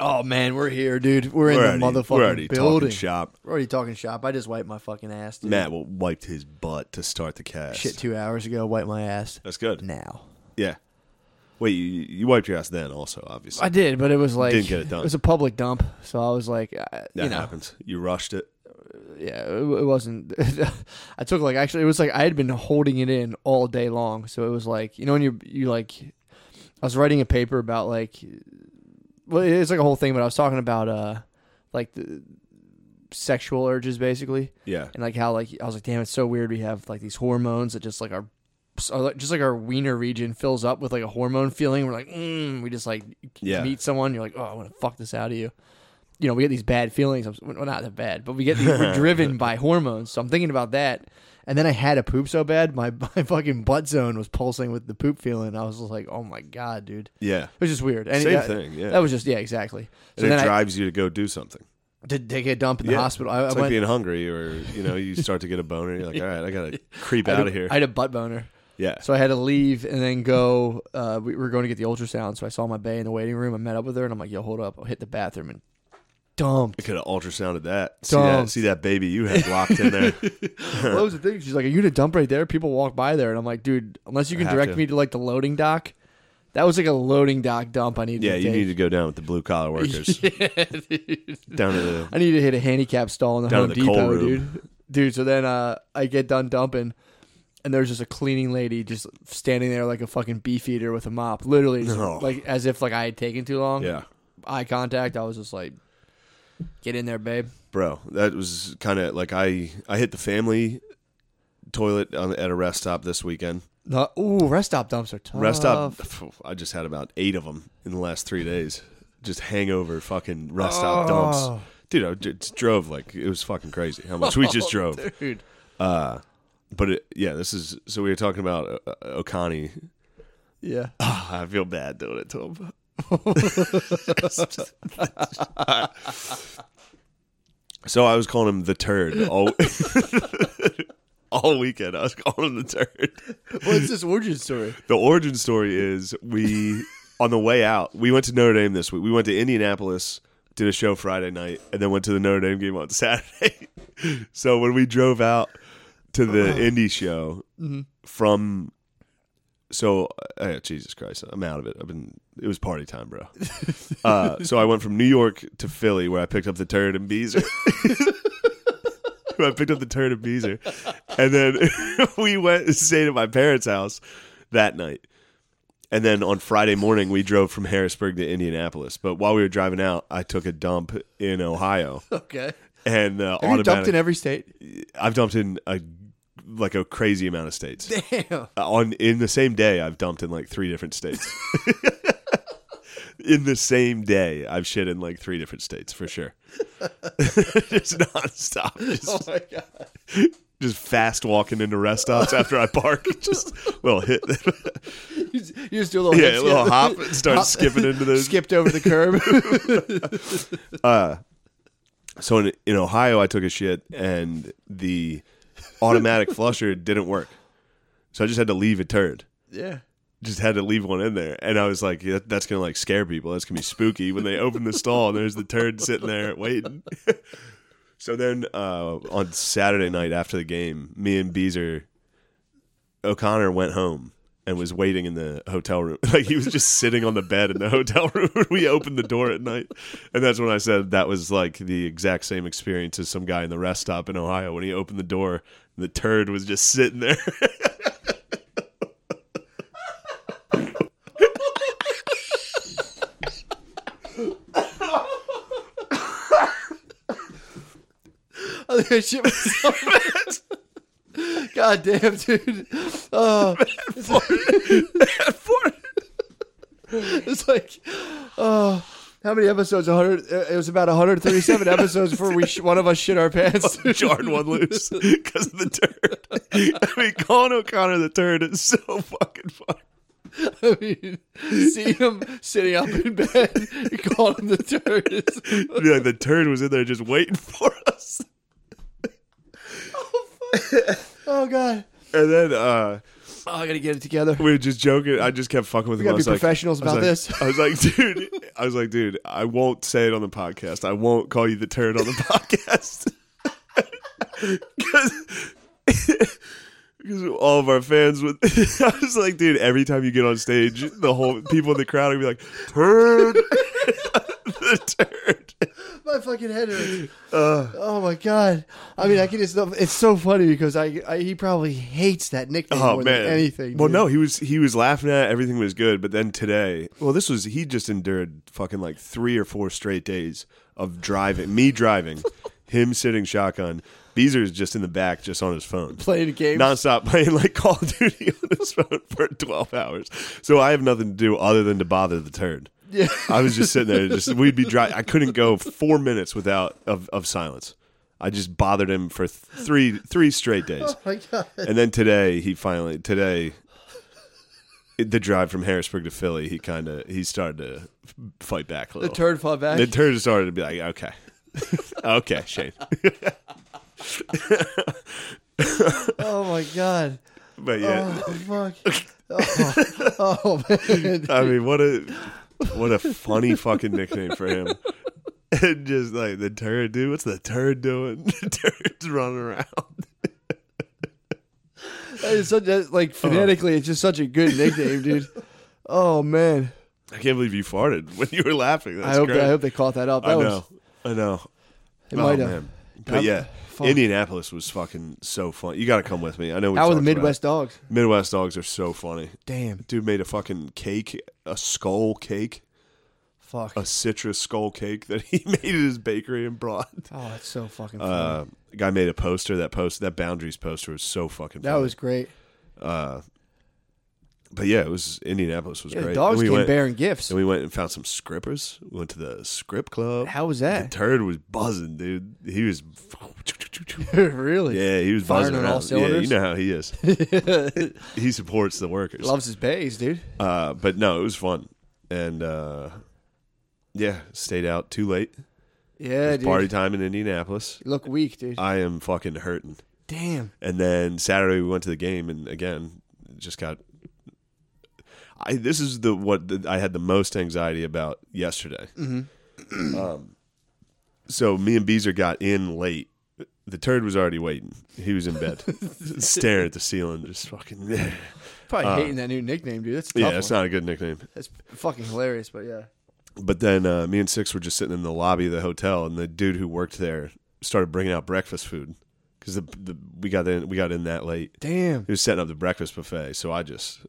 Oh man, we're here, dude. We're, in We're the already- motherfucking we're already talking building. shop. We're already talking shop. I just wiped my fucking ass. Dude. Matt wiped his butt to start the cast. Shit, two hours ago, wiped my ass. That's good. Now. Yeah. Wait, you, you wiped your ass then also, obviously. I did, but it was like Didn't get it done. It was a public dump, so I was like, uh, that you know, happens. You rushed it. yeah, it, it wasn't. I took like actually, it was like I had been holding it in all day long, so it was like you know when you you like, I was writing a paper about like, well, it's like a whole thing, but I was talking about uh, like the sexual urges basically. Yeah. and like how like I was like, damn, it's so weird. We have like these hormones that just like our, are, like, just like our wiener region fills up with like a hormone feeling. We're like, mm, we just like Yeah. meet someone. You're like, oh, I want to fuck this out of you. You know, we get these bad feelings. I'm- Well, not that bad, but we get these, we're driven by hormones. So I'm thinking about that. And then I had a poop so bad, my, my fucking butt zone was pulsing with the poop feeling. I was just like, oh my god, dude, Yeah. it was just weird. And Same that- thing, yeah. that was just yeah, exactly. So and it then I drives you to go do something. did take a dump in the Yeah. hospital. I, I it's like went being hungry or, you know, you start to get a boner. You're like, all right, I got to creep I had out a- of here. I had a butt boner. yeah. So I had to leave and then go. Uh, we were going to get the ultrasound, so I saw my bae in the waiting room. I met up with her, and I'm like, "Yo, hold up! I'll hit the bathroom and dumped." I could have ultrasounded that. See, that. Dumped. see that baby you had locked in there. What was the thing? She's like, "Are you gonna dump right there?" People walk by there, and I'm like, "Dude, unless you can have direct to. me to like the loading dock." That was like a loading dock dump. I needed. yeah, to you take. need to go down with the blue collar workers. Down to the. I need to hit a handicap stall in the Down Home to the coal Depot, room. dude. Dude, so then uh, I get done dumping, and there's just a cleaning lady just standing there like a fucking beefeater with a mop, literally, just, No. like as if like I had taken too long. Yeah. eye contact. I was just like, "Get in there, babe." bro that was kind of like i i hit the family toilet on, at a rest stop this weekend No, ooh, rest stop dumps are tough. rest stop i just had about eight of them in the last three days just hangover fucking rest stop dumps dude i just drove like it was fucking crazy how much we just drove dude. uh but it, yeah this is so we were talking about uh, uh, okani Yeah, Ah, I feel bad doing it to him. so I was calling him the turd all all weekend. I was calling him the turd. what's this origin story? The origin story is we on the way out. We went to Notre Dame this week. We went to Indianapolis, did a show Friday night, and then went to the Notre Dame game on Saturday. so when we drove out to the indie show from, so uh, Jesus Christ, I'm out of it. I've been. It was party time, bro. uh, so I went from New York to Philly, where I picked up the turd and Beezer. I picked up the turd and Beezer. And then we went and stayed at my parents' house that night. And then on Friday morning, we drove from Harrisburg to Indianapolis. But while we were driving out, I took a dump in Ohio. Okay, And uh, have you dumped automatic- in every state? I've dumped in a like a crazy amount of states. Uh, Damn. on in the same day, I've dumped in like three different states. in the same day, I've shit in like three different states for sure. just nonstop. Just, Oh my god. just fast walking into rest stops after I park. Just little hit, You just, you just do a little yeah, hip a little skip. hop and start Hop. skipping into those. Skipped over the curb. So in, in Ohio, I took a shit and the automatic flusher didn't work. So I just had to leave a turd. yeah. Just had to leave one in there, and I was like, yeah, "That's gonna like scare people. That's gonna be spooky when they open the stall and there's the turd sitting there waiting." so then uh, on Saturday night after the game, me and Beezer O'Connor went home and was waiting in the hotel room. Like he was just sitting on the bed in the hotel room when we opened the door at night. And that's when I said that was like the exact same experience as some guy in the rest stop in Ohio when he opened the door, the turd was just sitting there. I think I Oh, shit myself. God damn, dude. Oh, it's like, oh, how many episodes? 100. It was about 137 episodes before we sh- one of us shit our pants. Jarred one loose because of the turd. I mean, calling O'Connor the turd is so fucking funny. I mean, see him sitting up in bed, you call him the turd. Dude, like the turd was in there just waiting for us. Oh God. And then uh Oh, I gotta get it together. We were just joking. I just kept fucking with We him. I gotta be was like, professionals I was about like- this. I was like, dude, I was like, dude, I won't say it on the podcast. I won't call you the turd on the podcast. Because all of our fans would. I was like, dude, every time you get on stage, the whole people in the crowd would be like, turd. the turd. My fucking head hurts. Uh, Oh my god. I mean, I can just. It's so funny because I, I he probably hates that nickname oh more man. than anything. well, dude. no, he was he was laughing at it, everything was good, but then today, well, this was he just endured fucking like three or four straight days of driving, me driving, him sitting shotgun. Beezer's just in the back, just on his phone. playing games. Nonstop playing like Call of Duty on his phone for twelve hours. So I have nothing to do other than to bother the turd. Yeah. I was just sitting there, just we'd be dry. I couldn't go four minutes without of, of silence. I just bothered him for th- three three straight days. Oh my god. And then today he finally today it- the drive from Harrisburg to Philly, he kind of he started to f- fight back a The little. turd fought back. The turd started to be like, okay, okay, Shane. oh my god. But yeah, Oh fuck. Oh, oh man. I mean, what a what a funny fucking nickname for him. And just like the turd, dude. What's the turd doing? The turd's running around. That is such a, like phonetically, it's just such a good nickname, dude. Oh man. I can't believe you farted when you were laughing. That's I hope great. I hope they caught that up. That I know. was I know. it Oh, might have. man. But That- yeah, fuck. Indianapolis was fucking so fun. You got to come with me. I know. We How were the talked about Midwest dogs? it. Midwest dogs are so funny. Damn. Dude made a fucking cake, a skull cake, Fuck. a citrus skull cake that he made at his bakery and brought. Oh, it's so fucking funny. Uh, the guy made a poster. That post, that boundaries poster, was so fucking. that funny. was great. Uh, but yeah, it was Indianapolis was Yeah, great. the dogs And we came went, bearing gifts. and we went and found some scrippers. We went to the script club. How was The that? turd was buzzing, dude. He was. really? Yeah, he was Firing buzzing on around. all yeah, you cylinders? know how he is. he supports the workers. Loves his bays, dude. Uh, but no, it was fun, and uh, yeah, stayed out too late. Yeah, It's dude. party Uh, time in Indianapolis. You look weak, dude. I am fucking hurting. Damn. And then Saturday we went to the game, and again, just got. I this is the what the, I had the most anxiety about yesterday. Mm-hmm. um, so me and Beezer got in late. The turd was already waiting. He was in bed, staring at the ceiling, just fucking. yeah, Probably Uh, hating that new nickname, dude. That's a tough one. it's not a good nickname. That's fucking hilarious, but yeah. But then uh, me and Six were just sitting in the lobby of the hotel, and the dude who worked there started bringing out breakfast food because the, the we got in we got in that late. Damn. He was setting up the breakfast buffet, so I just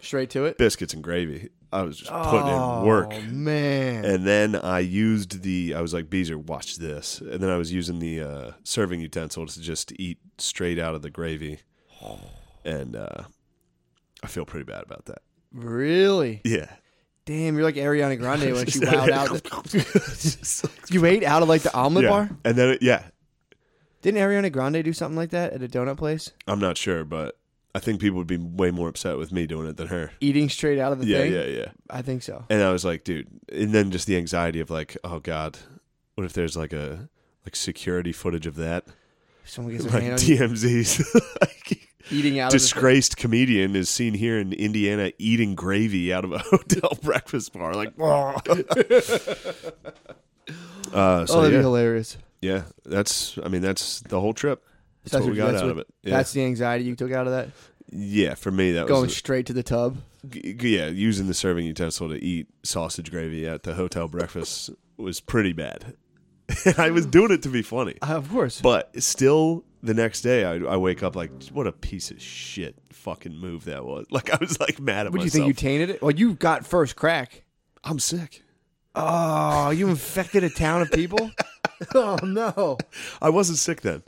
Straight to it. biscuits and gravy. I was just putting in work. Oh, man. And then I used the I was like, Beezer, watch this. And then I was using the uh, serving utensil to just eat straight out of the gravy. And uh, I feel pretty bad about that. Really? Yeah. Damn, you're like Ariana Grande when she wowed out. Just like- You ate out of like the omelet yeah. bar? And then yeah, Didn't Ariana Grande do something like that at a donut place? I'm not sure, but I think people would be way more upset with me doing it than her. Eating straight out of the Yeah, thing? yeah, yeah. I think so. And I was like, dude, and then just the anxiety of like, oh god, what if there's like a like security footage of that, Someone gets their like hand on you TMZ's like, eating out of disgraced comedian is seen here in Indiana eating gravy out of a hotel breakfast bar, like. Uh, the thing. Oh, so that'd be yeah, hilarious. yeah, that's I mean that's the whole trip. That's, what we got that's out what- of it. Yeah. That's the anxiety you took out of that? yeah, for me that Going was straight to the tub. g- yeah, using the serving utensil to eat sausage gravy at the hotel breakfast was pretty bad. I was doing it to be funny, Uh, of course. but still, the next day I, I wake up like, what a piece of shit fucking move that was. Like I was like mad at what do you think? myself. You tainted it? Well, you got first crack. I'm sick. Oh, you infected a town of people? oh, no. I wasn't sick then.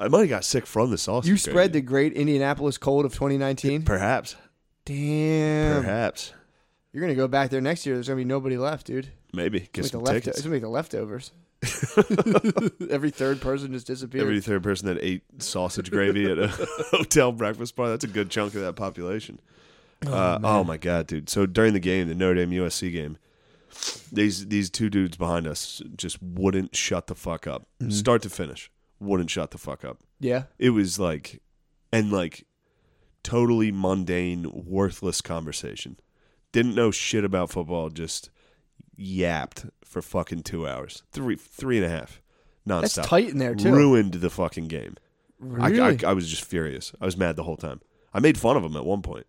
I might have got sick from the sausage. You spread gravy. the great Indianapolis cold of 2019? perhaps, Damn. perhaps, You're going to go back there next year. There's going to be nobody left, dude. maybe get It's some going to make the lefto- tickets. it's gonna make the leftovers. Every third person just disappeared. Every third person that ate sausage gravy at a hotel breakfast bar, that's a good chunk of that population. Oh, uh, oh my god, dude. So during the game, the Notre Dame USC game, these these two dudes behind us just wouldn't shut the fuck up. Start to finish. Wouldn't shut the fuck up. yeah. It was like and like totally mundane, worthless conversation. Didn't know shit about football. Just yapped for fucking two hours, three, three and a half, That's nonstop. tight in there too. Ruined the fucking game. Really? I, I, I was just furious. I was mad the whole time. I made fun of him at one point,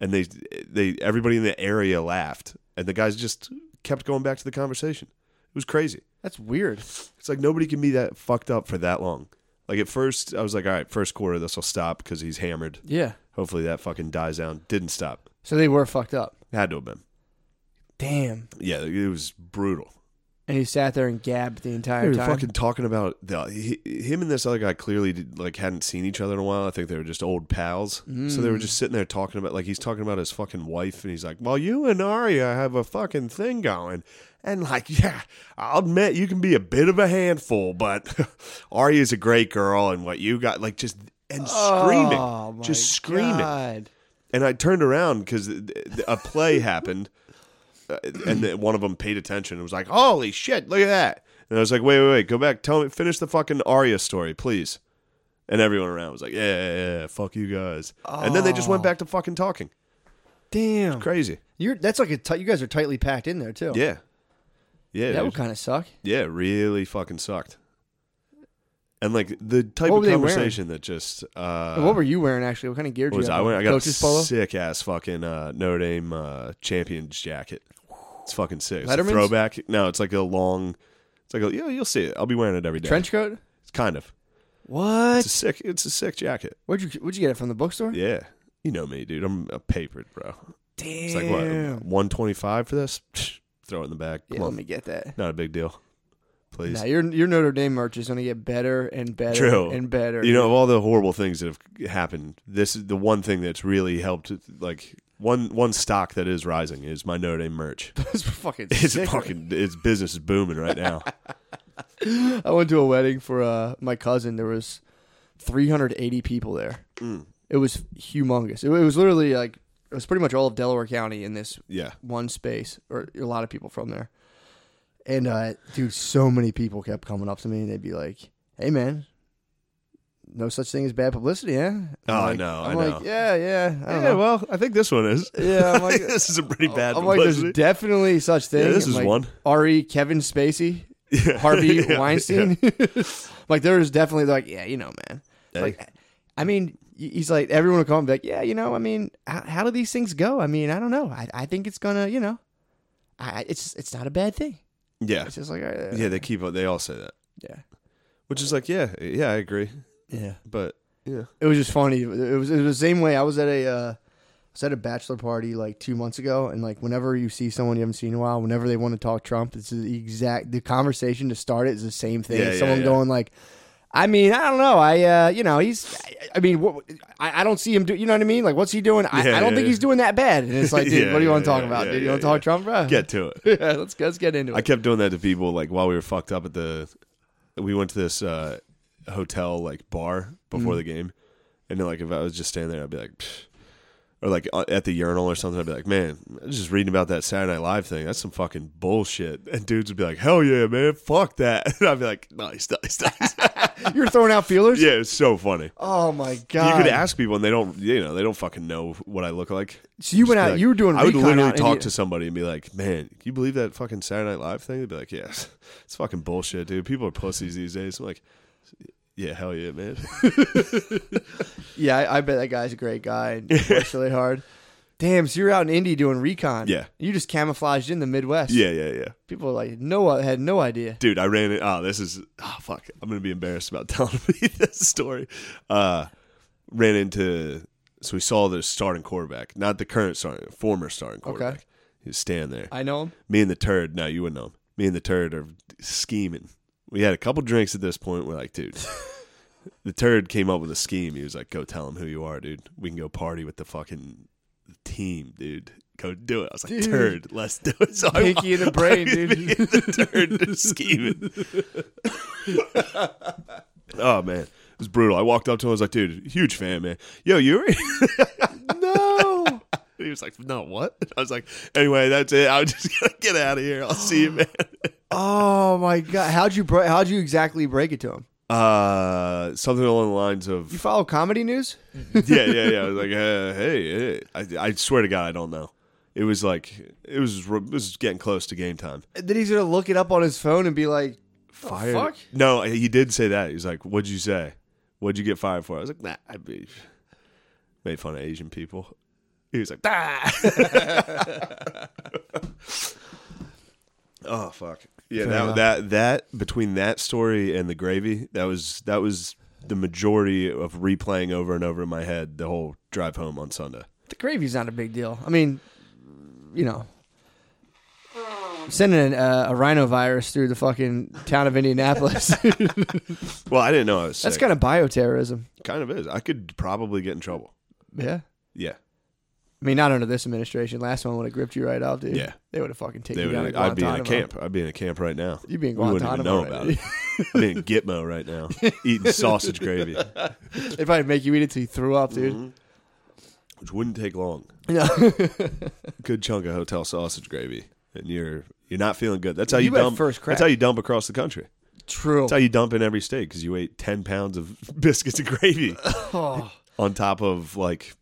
and they they everybody in the area laughed, and the guys just kept going back to the conversation. It was crazy. That's weird. It's like nobody can be that fucked up for that long. Like at first, I was like, all right, first quarter, this will stop because he's hammered. Yeah. Hopefully that fucking dies down. Didn't stop. So they were fucked up. Had to have been. Damn. Yeah, it was brutal. And he sat there and gabbed the They entire were time. fucking talking about the, he, him and this other guy clearly did, like hadn't seen each other in a while. I think they were just old pals. So they were just sitting there talking about like he's talking about his fucking wife and he's like, "Well, you and Arya have a fucking thing going." And like, yeah, I'll admit you can be a bit of a handful, but Arya's a great girl and what you got like just and screaming. Oh, my just screaming. God. And I turned around because a play happened, uh, and then one of them paid attention and was like, "Holy shit, look at that!" And I was like, "Wait, wait, wait, go back. Tell me, finish the fucking Arya story, please." And everyone around was like, "Yeah, yeah, yeah fuck you guys." And then they just Oh. went back to fucking talking. Damn. Crazy. You're that's like a tight you guys are tightly packed in there too. Yeah, Oh. yeah, That dude. would kind of suck. yeah. it Really fucking sucked. And like the type What were of they wearing? conversation that just uh, what were you wearing actually? What kind of gear did you what was have I on? wearing? I got Coach's a polo. sick ass fucking uh, Notre Dame uh, champions jacket. It's fucking sick. It's a Letterman's? throwback. No, it's like a long. It's like a, yeah, you'll see it. I'll be wearing it every day. Trench coat? It's kind of. What? It's a sick. It's a sick jacket. Where'd you where'd you get it from the bookstore? Yeah, you know me, dude. I'm a papered bro. Damn. It's like what one twenty five for this. Psh, Throw it in the bag. Come Yeah, let on, me get that. not a big deal. Please. Now your your Notre Dame merch is gonna get better and better True. and better. You know, of all the horrible things that have happened, this is the one thing that's really helped. Like one one stock that is rising is my Notre Dame merch. it's fucking. It's sick. fucking. It's business is booming right now. I went to a wedding for uh, my cousin. There was 380 people there. Mm. It was humongous. It, it was literally like it was pretty much all of Delaware County in this Yeah. one space, or a lot of people from there. And uh, dude, so many people kept coming up to me, and they'd be like, "Hey, man." No such thing as bad publicity, eh? I'm Oh, I like- know, I'm I like, know. yeah, yeah. I don't Yeah. know. Well, I think this one is. yeah, I'm I like, think this is a pretty bad. I'm like, there's publicity. definitely such thing. this I'm is like, one. Re Kevin Spacey, Yeah. Harvey Yeah, Weinstein. like there is definitely like yeah, you know, man. Hey. Like, I mean, y- he's like everyone will call him like yeah, you know, I mean, how, how do these things go? I mean, I don't know. I, I think it's gonna, you know, I I- it's it's not a bad thing. yeah. It's just like uh, Yeah. They keep. They all say that, yeah, which is like, yeah, yeah, I agree, yeah. but yeah, It was just funny. It was it was the same way. I was at a. Uh, I was at a bachelor party like two months ago, and like whenever you see someone you haven't seen in a while, whenever they want to talk Trump, it's the exact the conversation to start it is the same thing. Yeah, It's yeah, someone yeah. going like, "I mean, I don't know. I uh, you know, he's. I, I mean, what, I, I don't see him do. You know what I mean? Like, what's he doing? I, Yeah, I don't yeah, think he's yeah. doing that bad. And it's like, dude, Yeah, what do you want yeah, to talk yeah, about? yeah, dude, you yeah, want to talk Trump, bro? get to it. yeah, let's let's get into I it. kept doing that to people like while we were fucked up at the we went to this uh hotel like bar before the game and then, like if I was just standing there I'd be like "Pfft." or like uh, at the urinal or something I'd be like man I was just reading about that Saturday Night Live thing that's some fucking bullshit and dudes would be like hell yeah man fuck that and I'd be like nice nice nice You're throwing out feelers. yeah it's so funny Oh my you god. could ask people and they don't you know they don't fucking know what I look like So you just went be out. like- you were doing. I would recon literally out in talk the- to somebody and be like, "Man, can you believe that fucking Saturday Night Live thing?" They'd be like, "Yes, it's fucking bullshit, dude. People are pussies these days." I'm like, "Yeah, hell yeah, man." Yeah, I, I bet that guy's a great guy and works really hard. Damn, so you're out in Indy doing recon. Yeah. You just camouflaged in the Midwest. yeah, yeah, yeah, People like no uh, had no idea. dude. I ran it. Oh, this is oh fuck. I'm gonna be embarrassed about telling me this story. Uh, ran into so we saw the starting quarterback, not the current starting, former starting quarterback. He was standing there. I know him. me and the turd. No, you wouldn't know. Him. Me and the turd are scheming. We had a couple drinks at this point. We're like, dude, the turd came up with a scheme. He was like, go tell him who you are, dude. We can go party with the fucking team, dude. Go do it. I was like, Dude. turd, let's do it. So I- Pinky in the brain, me dude. and the turd just scheming. oh man, it was brutal. I walked up to him. I was like, dude, huge fan, man. Yo, you were. no. And he was like, "No, what?" And I was like, "Anyway, that's it. I'm just gonna get out of here. I'll see you, man." Oh my god. How'd you break how'd you exactly break it to him? Uh, something along the lines You of follow comedy news? yeah, yeah, yeah. I was like, uh, hey, hey. I, I swear to God, I don't know. It was like it was re- this is getting close to game time. Then he's gonna look it up on his phone and be like, Fired? fuck? No, uh, he did say that. He's like, "What'd you say? What'd you get fired for?" I was like, "Nah, I be- made fun of Asian people." He was like, "Ah." oh fuck. Yeah, Fair that, enough. that that between that story and the gravy, that was that was the majority of replaying over and over in my head the whole drive home on Sunday. the gravy's not a big deal. I mean, you know, sending uh, a rhinovirus through the fucking town of Indianapolis. Well, I didn't know I was. That's sick. kind of bioterrorism. kind of is. I could probably get in trouble. Yeah. Yeah, I mean, not under this administration. Last one would have gripped you right off, dude. Yeah. They would have fucking taken they you down would, to I'd be in a Guantanamo. camp. I'd be in a camp right now. You'd be in We wouldn't even Guantanamo. know about already. it. I'm in Gitmo right now, eating sausage gravy, They'd probably make you eat it till you threw up, dude. Mm-hmm. which wouldn't take long. Good chunk of hotel sausage gravy, and you're you're not feeling good. That's how you, You had dump. first crack. that's how you dump across the country. True. That's how you dump in every state because you ate ten pounds of biscuits and gravy Oh, on top of like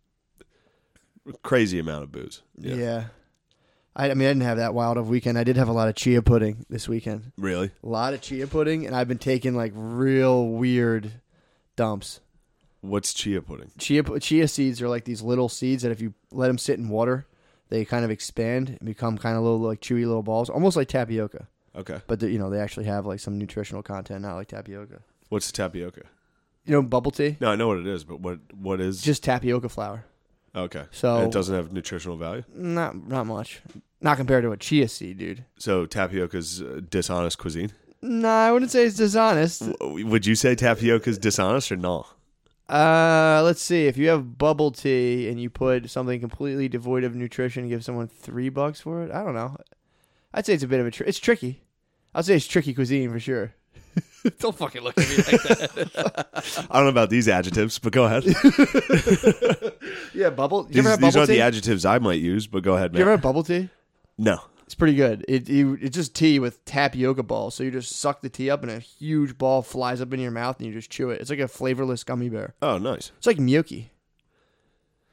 a crazy amount of booze. yeah. I, I mean, I didn't have that wild of weekend. I did have a lot of chia pudding this weekend. really. A lot of chia pudding, and I've been taking like real weird dumps. What's chia pudding? Chia pu- chia seeds are like these little seeds that if you let them sit in water, they kind of expand and become kind of little like chewy little balls, almost like tapioca. Okay, But they- you know, they actually have like some nutritional content, not like tapioca. what's the tapioca? You know, bubble tea, No, I know what it is, but what what is? it's just tapioca flour. okay, So- And it doesn't have nutritional value. Not not much. Not compared to a chia seed, dude. So tapioca's uh, dishonest cuisine. No, I wouldn't say it's dishonest. W- Would you say tapioca's dishonest or not? Uh, let's see. If you have bubble tea and you put something completely devoid of nutrition, and give someone three bucks for it. I don't know. I'd say it's a bit of a. Tr- it's tricky. I'd say it's tricky cuisine for sure. Don't fucking look at me like that. I don't know about these adjectives, but go ahead. these Yeah, bubble. You these ever have bubble aren't tea? the adjectives I might use, but go ahead, you man. ever have bubble tea? no. It's pretty good. It you it's just tea with tapioca balls. So you just suck the tea up and a huge ball flies up in your mouth and you just chew it. It's like a flavorless gummy bear. Oh, nice. It's like gnocchi.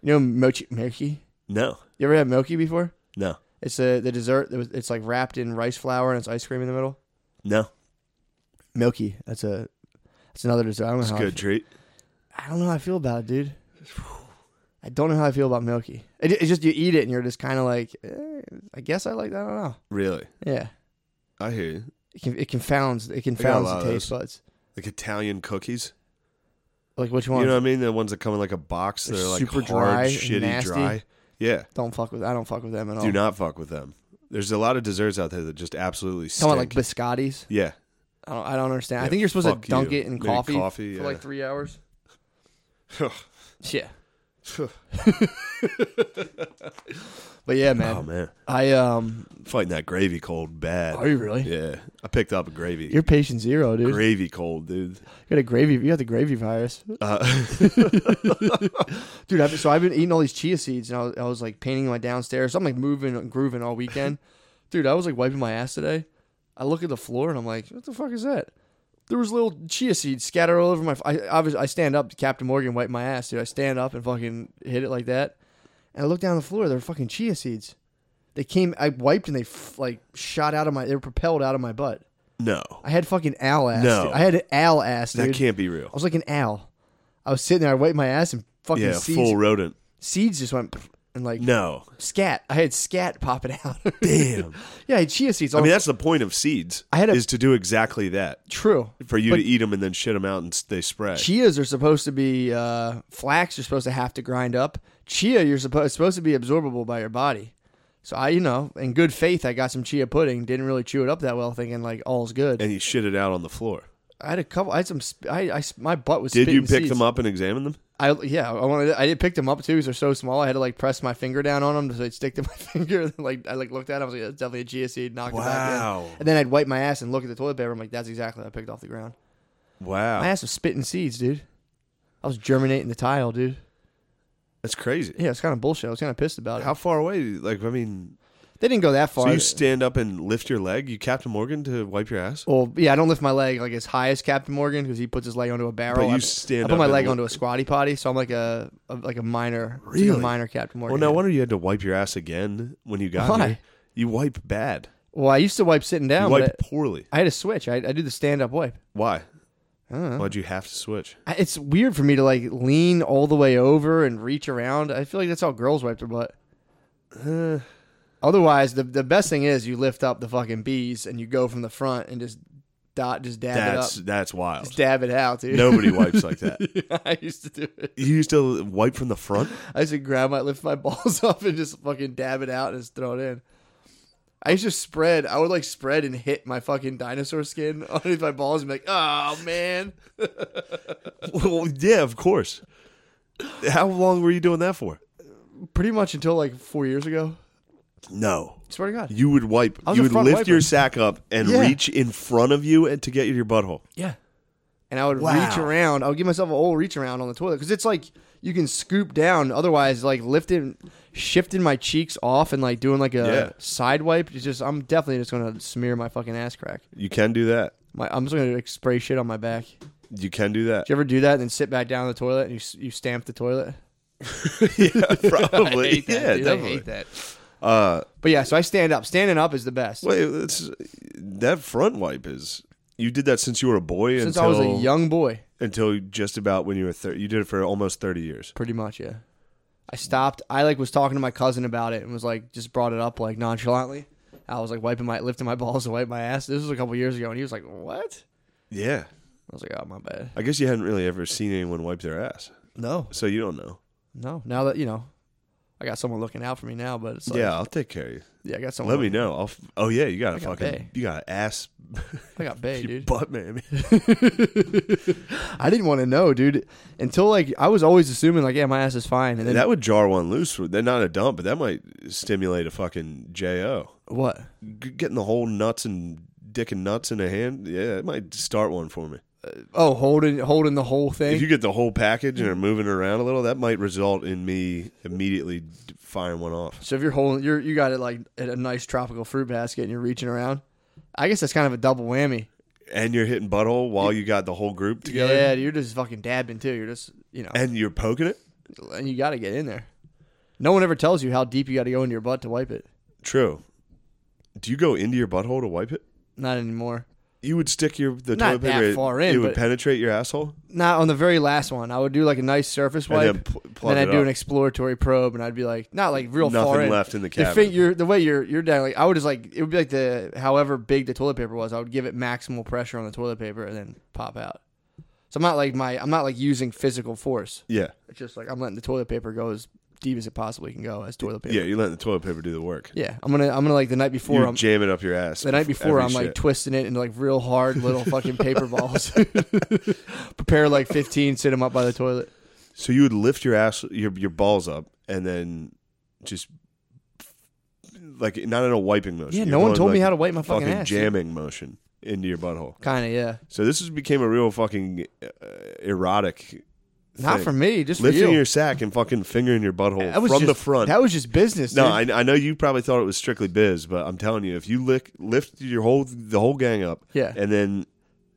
You know mochi mochi. No. You ever had mochi before? No. It's a the dessert. that was- It's like wrapped in rice flour and it's ice cream in the middle. No. Milky. That's a that's another dessert. I don't know It's a how I, good treat. I don't know how I feel about it, dude. I don't know how I feel about milky. It, it's just you eat it and you're just kind of like, eh, I guess I like that. I don't know. Really. Yeah, I hear you. it, con- it confounds it a confounds lot the of taste buds. Like Italian cookies. Like which one? You know what I mean? The ones that come in like a box. They're, They're like super hard, dry and shitty, nasty. dry. Yeah. don't fuck with. I don't fuck with them at all. Do not fuck with them. There's a lot of desserts out there that just absolutely Come stink. on, like biscottis. yeah. I don't. I don't understand. I Yeah, think you're supposed fuck to dunk you. it in Maybe coffee, coffee, for yeah. like three hours. Yeah. but yeah, man. Oh man, I um. fighting that gravy cold bad. Are you really? Yeah. I picked up a gravy. You're patient zero, dude. gravy cold, dude. You got a gravy. You got the gravy virus, Uh, dude. I've, so I've been eating all these chia seeds, and I was, I was like painting my downstairs. So I'm like moving and grooving all weekend, dude. I was like wiping my ass today. I look at the floor and I'm like, what the fuck is that? There was little chia seeds scattered all over my. I obviously I stand up, Captain Morgan wipe my ass, dude. I stand up and fucking hit it like that, and I look down the floor. They're fucking chia seeds. They came. I wiped and they f- like shot out of my. They were propelled out of my butt. no, I had fucking owl ass. No. dude. I had an owl ass, dude. that can't be real. I was like an owl. I was sitting there, I wiped my ass, and fucking Yeah, seeds, full rodent. seeds just went pff, and like No. scat. I had scat popping out. Damn. yeah, I had chia seeds. Oh, I I mean, that's the point of seeds. I had a- is to do exactly that true. for you But- to eat them and then shit them out and s- they spread. Chias are supposed to be uh, flax. You're supposed to have to grind up chia. You're supposed supposed to be absorbable by your body. So I, you know, in good faith, I got some chia pudding. Didn't really chew it up that well, thinking like all's good. and you shit it out on the floor. I had a couple. I had some. Sp- I, I s- my butt was. Did you spitting pick seeds. them up and examine them? I yeah, I wanted. I did pick them up too. because They're so small. I had to like press my finger down on them so they'd stick to my finger. like I like looked at. It, I was like, that's definitely a chia seed. Knocked it back Wow. in. And then I'd wipe my ass and look at the toilet paper. I'm like, that's exactly what I picked off the ground. My Wow, ass was spitting seeds, dude. I was germinating the tile, dude. that's crazy. Yeah, it's kind of bullshit. I was kind of pissed about it. How far away? Like, I mean, They didn't go that far. So you stand up and lift your leg. You Captain Morgan to wipe your ass. well, yeah, I don't lift my leg like as high as Captain Morgan because he puts his leg onto a barrel. But you I, stand I put up my and leg look- onto a squatty potty, so I'm like a, a like a minor, it's like a Really? minor Captain Morgan. Well, no yeah. wonder you had to wipe your ass again when you got Why? here. You wipe bad. Well, I used to wipe sitting You down, wipe but poorly. I, I had to switch. I, I do the stand up wipe. Why? I don't know. Why'd you have to switch? I- It's weird for me to like lean all the way over and reach around. I feel like that's how girls wipe their butt. Otherwise, the the best thing is you lift up the fucking bees and you go from the front and just dot just dab That's it up, that's wild. just dab it out, dude. Nobody wipes like that. I used to do it. You used to wipe from the front. I used to grab my lift my balls up and just fucking dab it out and just throw it in. I used to spread. I would like spread and hit my fucking dinosaur skin underneath my balls and be like, "Oh man, well, yeah, of course. How long were you doing that for? pretty much until like four years ago." No. Swear to God. You would wipe. was a You would front lift wiper. your sack up and Yeah. reach in front of you and to get your butthole. Yeah. And I would Wow. reach around. I would give myself an old reach around on the toilet because it's like you can scoop down. Otherwise, like lifting, shifting my cheeks off and like doing like a Yeah. side wipe. It's just I'm definitely just gonna smear my fucking ass crack. You can do that. My I'm just gonna like, spray shit on my back. Did You can do that. you ever do that and then sit back down on the toilet and you s- you stamp the toilet? yeah, I probably. hate that, yeah, dude. definitely. I hate that. Uh, But yeah, so I stand up. Standing up is the best. wait, it's, that front wipe is. You did that since you were a boy Since I until was a young boy, until just about when you were thirty. You did it for almost thirty years. pretty much. Yeah. I stopped. I like was talking to my cousin about it and was like just brought it up like nonchalantly. I was like wiping my lifting my balls to wipe my ass. This was a couple years ago, and he was like, "What?" Yeah, I was like, "Oh my bad." I guess you hadn't really ever seen anyone wipe their ass, No, so you don't know. no. Now that you know, I got someone looking out for me now, but it's like, yeah, I'll take care of you. yeah, I got someone. Let me know. I'll. F- oh yeah, you got a I got fucking. bae. You got an ass. I got bae, you dude. butt man. I didn't want to know, dude, until like I was always assuming like, yeah, my ass is fine, and then that would jar one loose. They're not a dump, but that might stimulate a fucking jo. what? G- Getting the whole nuts and dick and nuts in a hand. Yeah, it might start one for me. Oh, holding holding the whole If thing. you get the whole package and are moving around a little, that might result in me immediately d- firing one off. so if you're holding, you're you got it like at a nice tropical fruit basket, and you're reaching around. I guess that's kind of a double whammy. And you're hitting butthole while you got the whole group together. Yeah, you're just fucking dabbing too. You're just you know, And you're poking it. and you got to get in there. No one ever tells you how deep you got to go into your butt to wipe it. True. Do you go into your butthole to wipe it? Not anymore. You would stick your the Not toilet that paper. it- far it, in, would but- penetrate your asshole. Not on the very last one. I would do like a nice surface And wipe, then and pl- then, plug I'd it do up. an exploratory probe, and I'd be like, not like real Nothing far in. left in the Your cavity. your- the way you're you're down, like I would just like it would be like the however big the toilet paper was. I would give it maximal pressure on the toilet paper and then pop out. So I'm not like my I'm not like using physical force. Yeah, It's just like I'm letting the toilet paper go as deep as it possibly can go as toilet paper. yeah. You're letting the toilet paper do the work. yeah. I'm gonna I'm gonna like the night before You're I'm jamming up your ass. The night bef- before, every I'm like shit. twisting it into like real hard little fucking paper balls. Prepare like 15, sit them up by the toilet. So you would lift your ass, your your balls up, and then just like not in a wiping motion. Yeah, You're no one going, told me like, how to wipe my fucking, ass. jamming motion into your butthole. Kind of, yeah. So this has became a real fucking uh, erotic. Not thing. for me, just lifting for you. your sack and fucking fingering your butthole That was from just, the front. That was just business. no, dude. I, I know you probably thought it was strictly biz, but I'm telling you, if you lick, lift your whole the whole gang up, Yeah. and then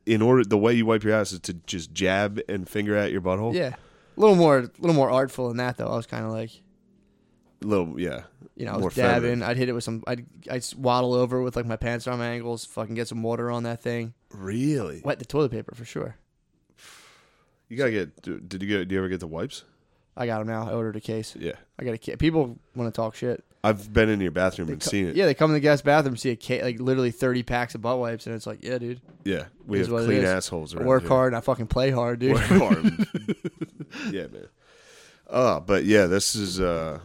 in order the way you wipe your ass is to just jab and finger at your butthole. yeah, a little more, a little more artful than that though. I was kind of like, little yeah. you know, I More was feminine. dabbing. I'd hit it with some. I'd I'd waddle over with like my pants around my ankles. Fucking get some water on that thing. Really? Wet the toilet paper for sure. You gotta get. do- Did you get? Do you ever get the wipes? I got them now. I ordered a case. Yeah. I got a case. People want to talk shit. I've been in your bathroom and Co- seen it. Yeah, they come in the guest bathroom, see a ca- like literally thirty packs of butt wipes, and it's like, yeah, dude, Yeah. We Is have what it clean is. assholes. I Around work here. hard and I fucking play hard, dude. Work hard. yeah, man. Uh, but yeah, this is uh,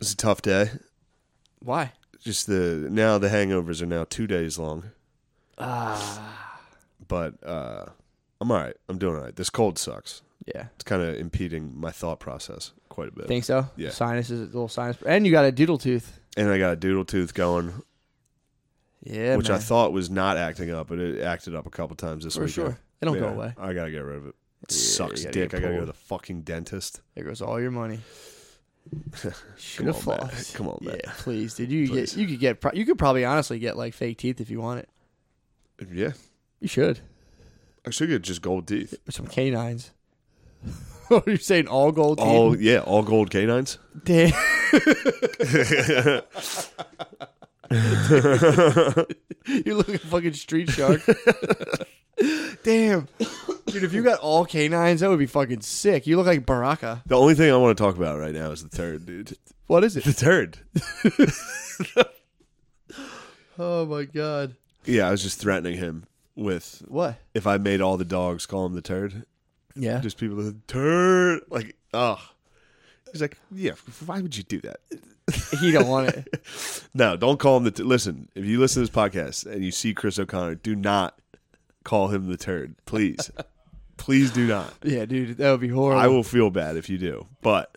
it's a tough day. Why? Just the now the hangovers are now two days long, Ah, but uh, I'm all right. I'm doing all right. This cold sucks. yeah. It's kind of impeding my thought process quite a bit. Think so? Yeah. Sinuses, a little sinus, and you got a doodle tooth. and I got a doodle tooth going, Yeah, which I man. thought was not acting up, but it acted up a couple times this for weekend. sure. They don't go Yeah, away. I gotta get rid of it. It Yeah, sucks you gotta dick. get I gotta go to pulled. the fucking dentist. There goes all your money. Should have Come on, Matt. flossed. Come on, Matt. Yeah, please, dude. You could Please. get you could get pro- you could probably honestly get like fake teeth if you want it. Yeah. You should. I should get just gold teeth. Some canines. Are you saying all gold teeth? All yeah, all gold canines. Damn. you look like a fucking street shark. Damn. Dude, if you got all canines, that would be fucking sick. You look like Baraka. The only thing I want to talk about right now is the turd, dude. What is it? The turd. Oh my god. Yeah, I was just threatening him with What? if I made all the dogs call him the turd. Yeah. Just people that, turd like ugh. He's like, yeah. Why would you do that? he don't want it. No, don't call him the. T- Listen, if you listen to this podcast and you see Chris O'Connor, do not call him the turd, please, please do not. Yeah, dude, that would be horrible. I will feel bad if you do, but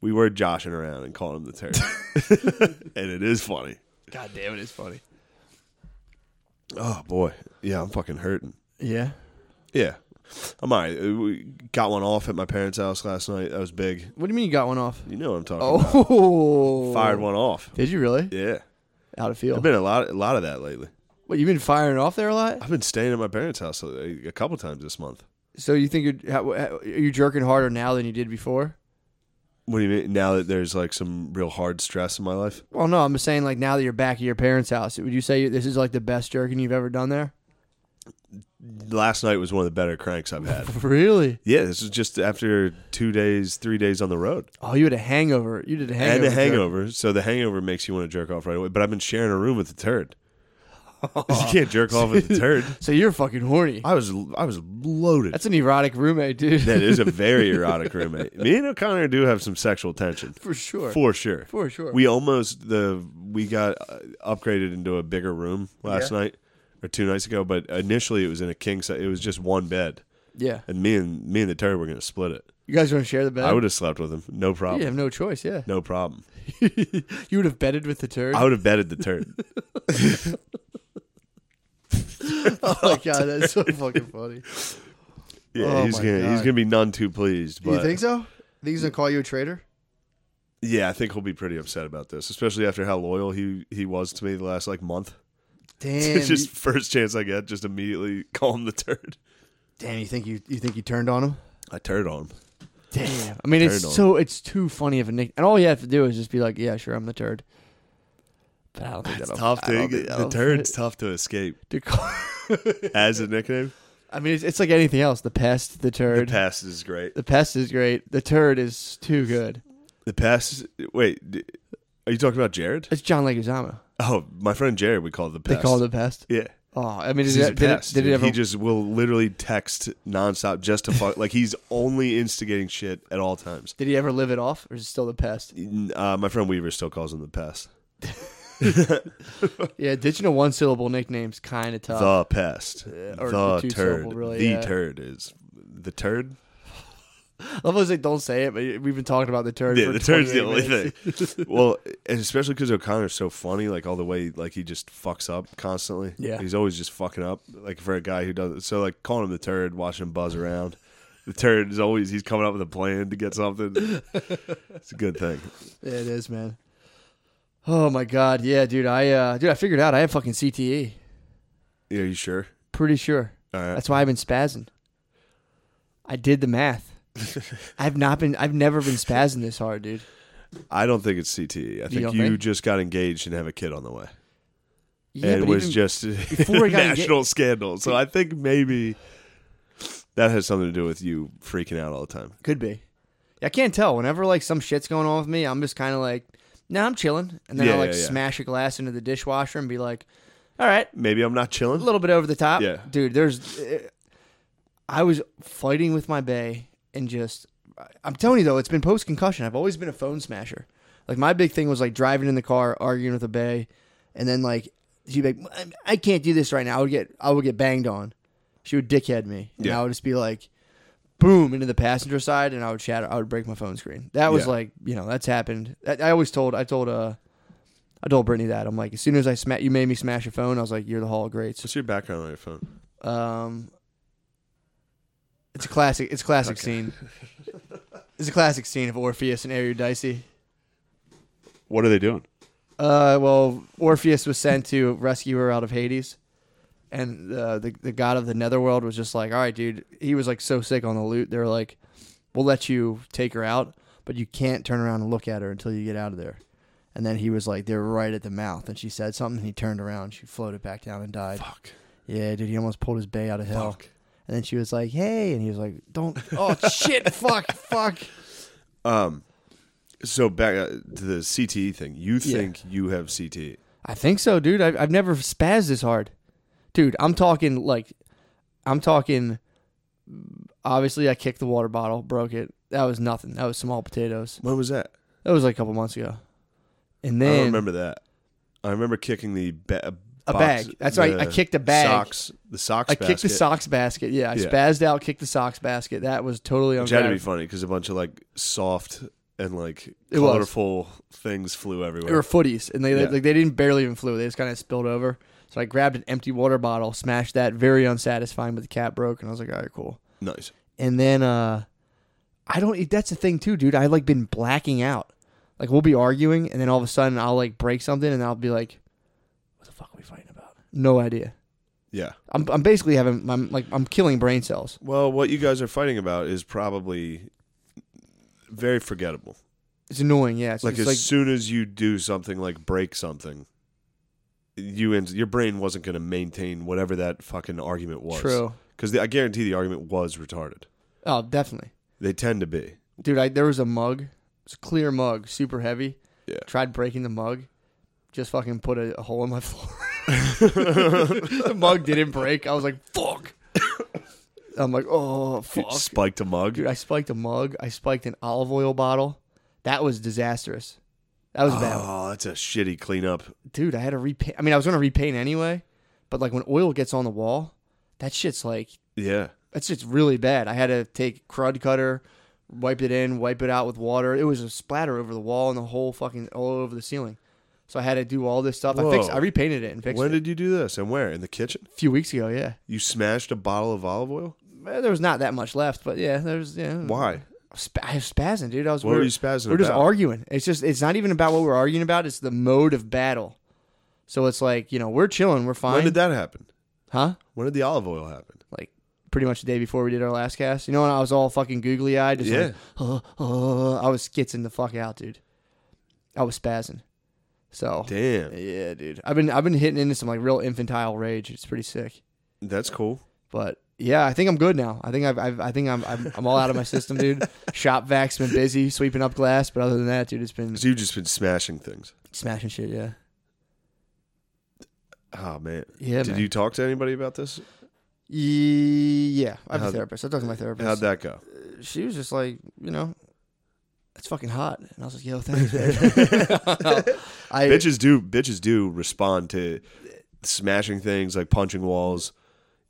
we were joshing around and calling him the turd, and it is funny. God damn it, it's funny. Oh boy, yeah, I'm fucking hurting. Yeah. Yeah, I'm alright. Uh, We got one off at my parents' house last night. That was big. What do you mean you got one off? You know what I'm talking about? Oh. Fired one off. Did you really? Yeah, Out of I've field. been a lot, a lot of that lately. What, you've been firing off there a lot? I've been staying at my parents' house a, a couple times this month. So you think you're how, how- are you jerking harder now than you did before? What do you mean? Now that there's like some real hard stress in my life, Well, no, I'm just saying like now that you're back at your parents' house, would you say this is like the best jerking you've ever done there? last night was one of the better cranks I've had. Really? yeah, this was just after two days, three days on the road, Oh, you had a hangover. You did a hangover. and a jerk. hangover. So the hangover makes you want to jerk off right away. But I've been sharing a room with the turd. you can't jerk off with the turd. So you're fucking horny. I was, I was loaded. That's an erotic roommate, dude. that is a very erotic roommate. Me and O'Connor do have some sexual tension. for sure. For sure. For sure. We almost the we got uh, upgraded into a bigger room last night or two nights ago, but initially it was in a king size. It was just one bed, yeah. and me and me and the turd were gonna split it. You guys want to share the bed? I would have slept with him, no You problem, have no choice. Yeah. no problem. you would have bedded with the turd. I would have bedded the turd. oh my god, that's so fucking funny. Yeah, Oh he's my gonna he's God. gonna be none too pleased. But you think so? Think he's gonna call you a traitor? yeah, I think he'll be pretty upset about this, especially after how loyal he he was to me the last like month. Damn. It's just first chance I get, just immediately call him the turd. damn, you think you you think you turned on him? I turd on him. Damn. I mean, it's Turd on. so it's too funny of a nick. And all you have to do is just be like, "Yeah, sure, I'm the turd." But I don't think It's that'll. tough I to don't think the that'll turd's fit. tough to escape To call- as a nickname. I mean, it's, it's like anything else. The pest, the The turd. The, past is great. pest is great. The turd is too good. The past. Is, wait, d- are you talking about Jared? It's John Leguizamo. Oh, my friend Jared. We call it the They past. call it the pest. yeah. Oh, I mean, is 'Cause He's that, a did, pest. it, did it dude. ever? he just will literally text nonstop just to fuck. like he's only instigating shit at all times. did he ever live it off, or is it still the pest? N- Uh, my friend Weaver still calls him the pest. Yeah, digital one syllable nicknames kind of tough. the pest. Uh, or the the two turd. syllable, really, the yeah. turd is the turd. I love those they don't say it, but we've been talking about the turd. Yeah, for the turn's 28 the only minutes. thing. well, and especially because O'Connor's so funny, like all the way, like he just fucks up constantly. Yeah. he's always just fucking up. Like for a guy who does so, like calling him the turd, watching him buzz around. The turd is always he's coming up with a plan to get something. it's a good thing. Yeah, It is, man. Oh my god, yeah, dude. I uh, dude, I figured out I have fucking CTE. Yeah, you sure? Pretty sure. All right. That's why I've been spazzing. I did the math. I've not been. I've never been spazzing this hard, dude. I don't think it's CTE. I think don't you think? just got engaged and have a kid on the way. Yeah, and it but was even- just a before I got engaged- national scandal. So I think maybe that has something to do with you freaking out all the time. could be. I can't tell. Whenever like some shit's going on with me, I'm just kind of like, no, I'm chilling, and then Yeah, I like yeah, yeah. smash a glass into the dishwasher and be like, all right, Maybe I'm not chilling. a little bit over the top. Yeah. Dude, there's. eh, I was fighting with my bay and just. I'm telling you, though, it's been post concussion. I've always been a phone smasher. Like, my big thing was like driving in the car, arguing with a bay, and then like, she'd be like, "I- I can't do this right now. I would get, I would get banged on. She would dickhead me. And Yeah. I would just be like, boom, into the passenger side, and I would shatter. I would break my phone screen. That was Yeah. like, you know, that's happened. That, I always told, I told, uh, I told Brittany that I'm like, as soon as I sma- you made me smash your phone, I was like, you're the hall of greats. What's your background on your phone? Um, it's a classic. It's a classic scene. It's a classic scene of Orpheus and Eurydice. What are they doing? Uh, well, Orpheus was sent to rescue her out of Hades, and uh, the the god of the Netherworld was just like, "All right, dude." He was like so sick on the loot. They were like, "We'll let you take her out, but you can't turn around and look at her until you get out of there." And then he was like, "They're right at the mouth," and she said something. And he turned around. She floated back down and died. Fuck. Yeah, dude, he almost pulled his bay out of hell. And then she was like, "Hey," and he was like, "Don't! Oh shit! Fuck! Fuck!" Um, so back uh, to the CTE thing. You think you have E. CTE? I think so, dude. I've, I've never spazzed this hard. Dude, I'm talking like, I'm talking. Obviously, I kicked the water bottle, broke it. That was nothing. That was small potatoes. When was that? That was like a couple months ago. And I then don't remember that. I remember kicking the ba- A box- bag. That's right. I the kicked a bag. Socks. The socks. I kicked the basket, socks basket. Yeah, I Yeah. spazzed out, kicked the socks basket. That was totally Which had to be ungrav- funny because a bunch of like soft and like It was. colorful things flew They everywhere. were footies, and they Yeah. like they didn't barely even flew. They just kind of spilled over. So I grabbed an empty water bottle, smashed that. Very unsatisfying, but the cap broke, and I was like, all right, cool. nice. and then uh I don't that's the thing too, dude. I like been blacking out. Like we'll be arguing and then all of a sudden I'll like break something and I'll be like what the fuck are we fighting about? No idea. Yeah. I'm I'm basically having I'm like I'm killing brain cells. Well, what you guys are fighting about is probably very forgettable. It's annoying, yeah. It's Like it's as like soon as you do something, like break something, you and your brain wasn't going to maintain whatever that fucking argument was. true. Because I guarantee the argument was retarded. Oh, definitely. They tend to be. Dude, I there was a mug. It's a clear mug, super heavy. Yeah. Tried breaking the mug. Just fucking put a, a hole in my floor. the mug didn't break. I was like, fuck. I'm like, oh Dude, fuck. Spiked a mug. Dude, I spiked a mug. I spiked an olive oil bottle. That was disastrous. That was a bad. one. oh, that's a shitty cleanup. Dude, I had to repaint. I mean, I was going to repaint anyway, but like when oil gets on the wall, that shit's like, Yeah. that's just really bad. I had to take crud cutter, wipe it in, wipe it out with water. It was a splatter over the wall and the whole fucking, all over the ceiling. So I had to do all this stuff. I fixed, Whoa. I repainted it and fixed When it did you do this and where? In the kitchen? a few weeks ago. Yeah. You smashed a bottle of olive oil? Eh, There was not that much left, but yeah, there's, yeah. Why? Sp- I was spazzing, dude. I was What we were you spazzing Mm. We're just about? arguing. It's just it's not even about what we're arguing about. It's the mode of battle. So it's like you know we're chilling, we're fine, When did that happen? huh? When did the olive oil happen? Like pretty much the day before we did our last cast. You know, and I was all fucking googly eyed. Just Yeah. like, uh, uh, I was skitzing the fuck out, dude. I was spazzing. So Damn. yeah, dude. I've been I've been hitting into some like real infantile rage. It's pretty sick. That's cool. But yeah, I think I'm good now. I think I've, I've I think I'm, I'm I'm all out of my system, dude. Shop vac's been busy sweeping up glass, but other than that, dude, it's been So you've just been smashing things. smashing shit. Yeah, Oh man. yeah. Did man. you talk to anybody about this? Yeah, I have a How'd- therapist. I talked to my How'd therapist. that go? she was just like, you know, it's fucking hot, and I was like, yo, thanks. Oh. babe." I bitches do bitches do respond to smashing things like punching walls.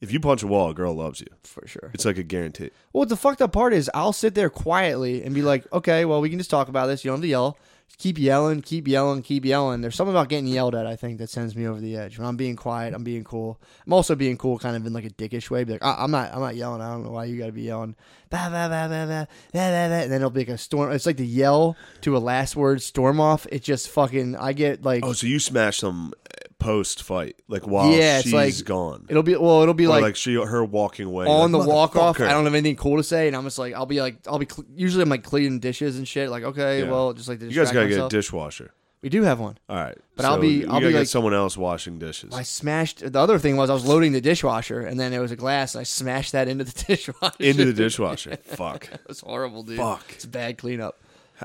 If you punch a wall, a girl loves you. for sure. It's like a guarantee. Well, the fucked up part is, I'll sit there quietly and be like, okay, well, we can just talk about this. You don't have to yell. Just Keep yelling, keep yelling, keep yelling. There's something about getting yelled at, I think, that sends me over the edge. When I'm being quiet, I'm being cool. I'm also being cool, kind of in like a dickish way. Be like, I- I'm not, I'm not yelling. I don't know why you got to be yelling. Bah, bah, bah, bah, bah, bah, bah, bah. And then it'll be like a storm. It's like the yell to a last word storm off. It just fucking, I get like, Oh, so you smash some post fight, like while Yeah, it's she's like- gone, it'll be well, it'll be or like, like, she her walking away on like, the walk off. "Motherfucker." I don't have anything cool to say, and I'm just like, I'll be like, I'll be cl- usually I'm like cleaning dishes and shit. Like, okay, Yeah. well, just like to You guys distract gotta myself. get a dishwasher. We do have one. All right, But I'll so be- you I'll gotta be get like- someone else washing dishes. I smashed the other thing was I was loading the dishwasher, and then it was a glass, and I smashed that into the dishwasher. Into the dishwasher. Fuck. it was horrible, dude. Fuck. it's bad cleanup.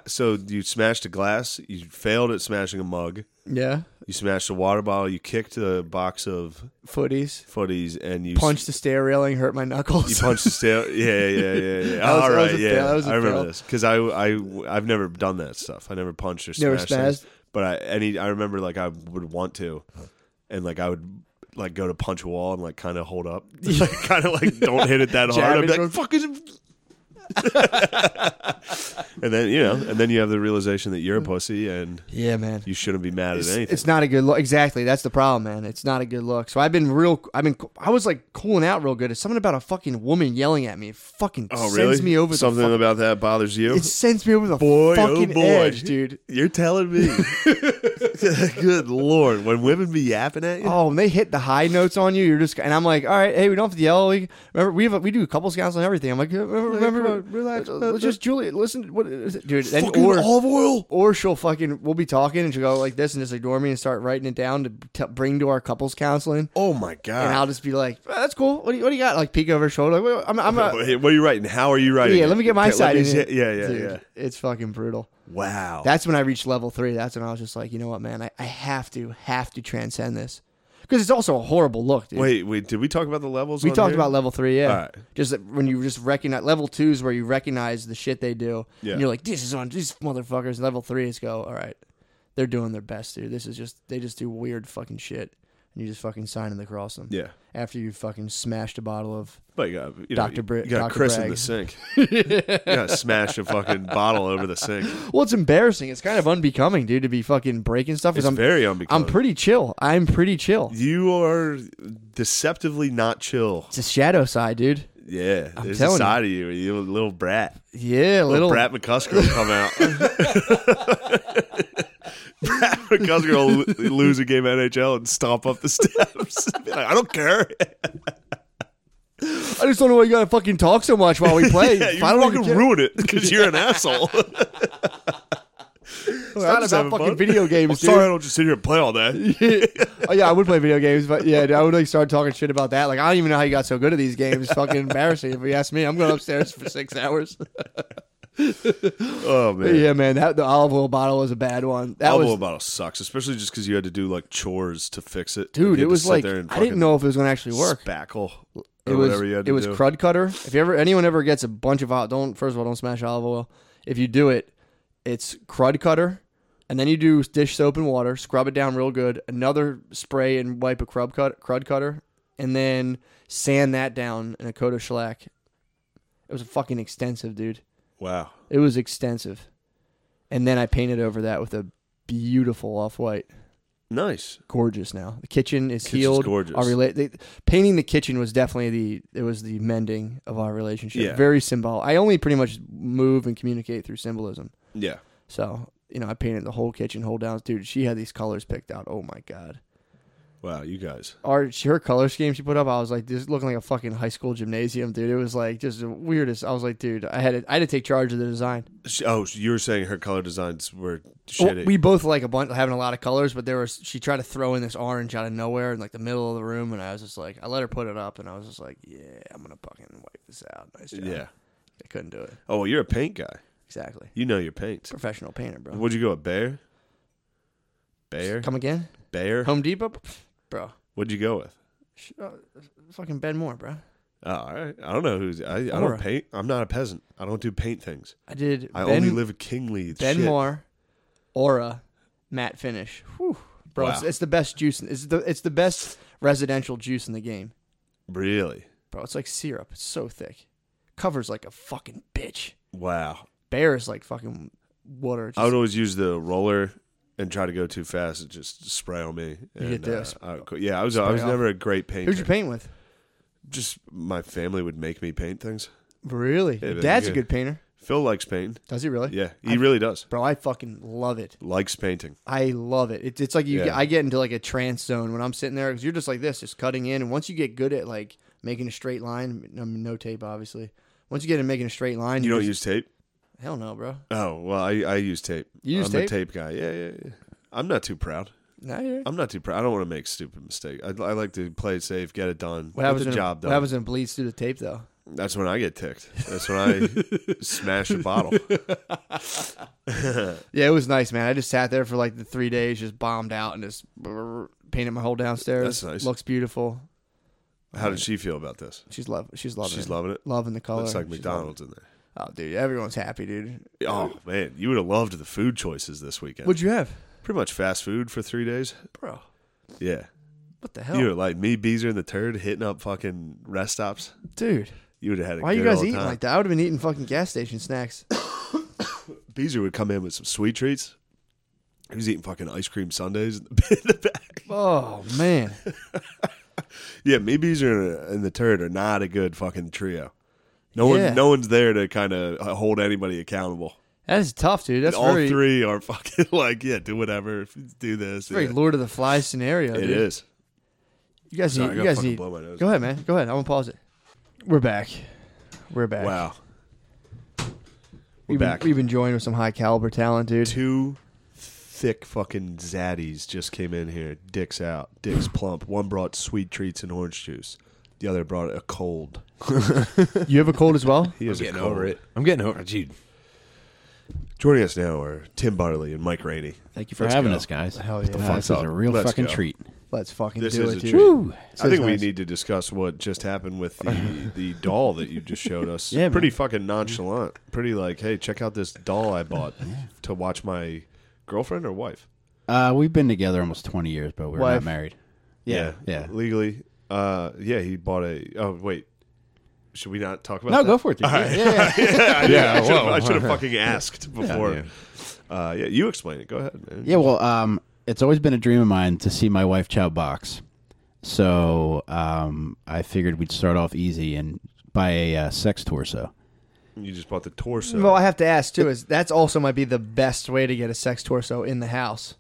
So you smashed a glass. You failed at smashing a mug. Yeah, You smashed a water bottle. You kicked a box of footies. footies, and you Punched the stair railing, hurt my knuckles. You punched the stale. Yeah, yeah, yeah, yeah. was- All that was right, a yeah. fail, that was a I remember fail. this because I, I, I've never done that stuff. I never punched or smashed. Never things. spazzed? But I, any, I remember like I would want to, and like I would like go to punch a wall and like kind of hold up, like, kind of like don't hit it that hard. Jab I'd be it like, fuck is it? and then you know, and then you have the realization that you're a pussy and Yeah, man. you shouldn't be mad at It's, anything. it's not a good look. Exactly. That's the problem, man. It's not a good look. So I've been real. I've been. I was like cooling out real good. It's something about a fucking woman yelling at me. It fucking oh, sends really? me over Something the. about that bothers you? Fuck, it sends me over the Boy, oh fucking boy. edge, dude. You're telling me. Good lord, when women be yapping at you, Oh, when they hit the high notes on you, you're just and I'm like, all right, hey, we don't have to yell. We, remember, we have a, we do couples counsel and everything. I'm like, "Yeah, remember, remember come on, relax. uh, let's just Julie, listen, what, is it?" dude, and, fucking or olive oil. or she'll fucking we'll be talking and she'll go like this and just ignore me and start writing it down to t- bring to our couples counseling. Oh my And I'll god. just be like, "Ah, that's cool. What do you, what do you got? Like peek over her shoulder. Like, "Wait, I'm, I'm a, Wait, what are you writing? How are you writing? yeah, it? let me get my Okay, let side me in see- it. Yeah, yeah, Dude, yeah. It's fucking brutal. Wow. That's when I reached level three. That's when I was just like, you know what, man, I, I have to, have to transcend this. Because it's also a horrible look, dude. wait, wait. Did we talk about the levels? We on talked here? about level three, yeah. Alright. Just that when you just recognize level two is where you recognize the shit they do, Yeah. and you're like, this is on these motherfuckers. Level three is go, all right, they're doing their best, dude. This is just they just do weird fucking shit, and you just fucking sign and across them. Yeah. After you fucking smashed a bottle of But you got, you Dr. Know, Bra- you got Dr. Chris in Bragg. the sink. you got to smash a fucking bottle over the sink. well, it's embarrassing. It's kind of unbecoming, dude, to be fucking breaking stuff. It's Because I'm very I'm unbecoming. pretty chill. I'm pretty chill. you are deceptively not chill. It's a shadow side, dude. Yeah, there's a telling side of you. You're a little brat. Yeah, little. Little, brat McCusker will come out. brat McCusker will lo- lose a game of NHL and stomp up the steps. Be like, I don't care. I just don't know why you gotta fucking talk so much while we play. Yeah, you Finally, fucking get- ruin it because you're an asshole. It's not just about having fucking fun. video games, I'm dude. sorry I don't just sit here and play all day. oh yeah, I would play video games, but yeah, dude, I would like start talking shit about that. Like I don't even know how you got so good at these games. fucking embarrassing. If you ask me, I'm going upstairs for six hours. Oh man. yeah, man, that the olive oil bottle was a bad one. That Olive was. oil bottle sucks, especially just because you had to do like chores to fix it. You had Dude, it to was sit like there and I didn't know if it was going to actually fucking work. spackle or It was whatever you had it to was do. crud cutter. If you ever anyone ever gets a bunch of olive, don't first of all don't smash olive oil. If you do it, it's crud cutter, and then you do dish soap and water, scrub it down real good. Another spray and wipe a crud cut crud cutter, and then sand that down in a coat of shellac. It was fucking extensive, dude. wow, It was extensive, and then I painted over that with a beautiful off white nice. gorgeous now. The kitchen is Kitchen's healed. gorgeous. Our rela- they, painting the kitchen was definitely the it was the mending of our relationship. Yeah. Very symbolic. I only pretty much move and communicate through symbolism. Yeah, So you know, I painted the whole kitchen, whole down. Dude, she had these colors picked out. Oh my god. wow, you guys. Our she, her color scheme she put up, I was like, this is looking like a fucking high school gymnasium, dude. It was like just the weirdest. I was like, dude, I had to, I had to take charge of the design. Sh- Oh, sh- you were saying her color designs were Well, shitty. we both like a bunch having a lot of colors, but there was she tried to throw in this orange out of nowhere in like the middle of the room, and I was just like, I let her put it up, and I was just like, yeah, I'm gonna fucking wipe this out. Nice job. yeah. I couldn't do it Oh, well, you're a paint guy. exactly. You know your paint. Professional painter, bro. What'd you go with? Bear. Bear. Come again? Bear. Home Depot, Pff, bro. What'd you go with? Sh- uh, Fucking Ben Moore, bro. Oh, all right. I don't know who's. I, I Aura. don't paint. I'm not a peasant. I don't do paint things. I did. I ben, only live kingly. Ben shit. Moore, Aura, Matte Finish. Whew. Bro, it's, Wow. it's the best juice. It's the it's the best residential juice in the game, Really? bro. It's like syrup. It's so thick. Covers like a fucking bitch. Wow. bear is like fucking water. Just, I would always use the roller and try to go too fast and just spray on me. And, get the uh, sp- I would go- yeah, I was I was off. never a great painter. who'd you paint with? Just my family would make me paint things. Really? Your but Dad's yeah. a good painter. Phil likes painting. Does he really? Yeah, he really does. Bro, I fucking love it. Likes painting. I love it. It's, it's like you. Yeah. Get, I get into like a trance zone when I'm sitting there because you're just like this, just cutting in. And once you get good at like making a straight line, no, no tape, obviously. Once you get in making a straight line, You don't just- use tape? hell no, bro. Oh well, I, I use tape. You use I'm a tape? tape guy. Yeah, yeah, yeah. I'm not too proud. No, you're. I'm not too proud. I don't want to make stupid mistakes. I, I like to play it safe, get it done, What get happens the when job what done. happens when it bleeds through the tape though? That's when I get ticked. That's when I smash a bottle. Yeah, it was nice, man. I just sat there for like the three days, just bombed out and just brrr, painted my whole downstairs. That's nice. Looks beautiful. How did she feel about this? She's love. She's loving. She's it. loving it. loving the color. Looks like She's loving McDonald's in there. it. Oh, dude, everyone's happy, dude. Oh man, you would have loved the food choices this weekend. What'd you have, Pretty much fast food for three days. bro? Yeah, What the hell, you were like me, Beezer, and the turd hitting up fucking rest stops. dude? You would have had a Why are you good guys old eating time. like that? I would have been eating fucking gas station snacks. Beezer would come in with some sweet treats. He was eating fucking ice cream sundaes in the, in the back. Oh man, Yeah, me, Beezer, and the turd are not a good fucking trio. No Yeah. one, no one's there to kind of hold anybody accountable. that is tough, dude. That's all very, three are fucking like, yeah, do whatever, do this. it's very yeah. Lord of the Flies scenario. It dude. is. You guys Sorry, I need. You gotta guys fucking need. blow my nose. Go ahead, man. Go ahead. I won't pause it. We're back. We're back. Wow, we're We've been, back. We've been joined with some high caliber talent, dude. two thick fucking zaddies just came in here. Dicks out, dicks plump. One brought sweet treats and orange juice. The other brought a cold. You have a cold as well? He is a getting cold. over it. I'm getting over it, dude. Joining us now are Tim Barley and Mike Rainey. Thank you for Let's having go. us, guys. Hell What the yeah. fuck? Let's This is a go. real Let's fucking go. treat. Let's fucking This do is it, a dude. treat. Woo! I think we nice. need to discuss what just happened with the the doll that you just showed us. Yeah, man. pretty fucking nonchalant. Pretty like, hey, check out this doll I bought to watch my girlfriend or wife. Uh, we've been together almost 20 years, but we're Wife. not married. Yeah, yeah. legally. Uh, yeah, he bought a. Oh wait, should we not talk about? No, that? go for it, dude. Yeah, yeah, yeah. yeah, yeah, I, should've- whoa. I should have fucking asked before. Yeah. Uh, yeah, you explain it. Go ahead, man. Yeah, well, um, it's always been a dream of mine to see my wife chow box. So um, I figured we'd start off easy and buy a uh, sex torso. You just bought the torso. Well, I have to ask too. Is that's also might be the best way to get a sex torso in the house?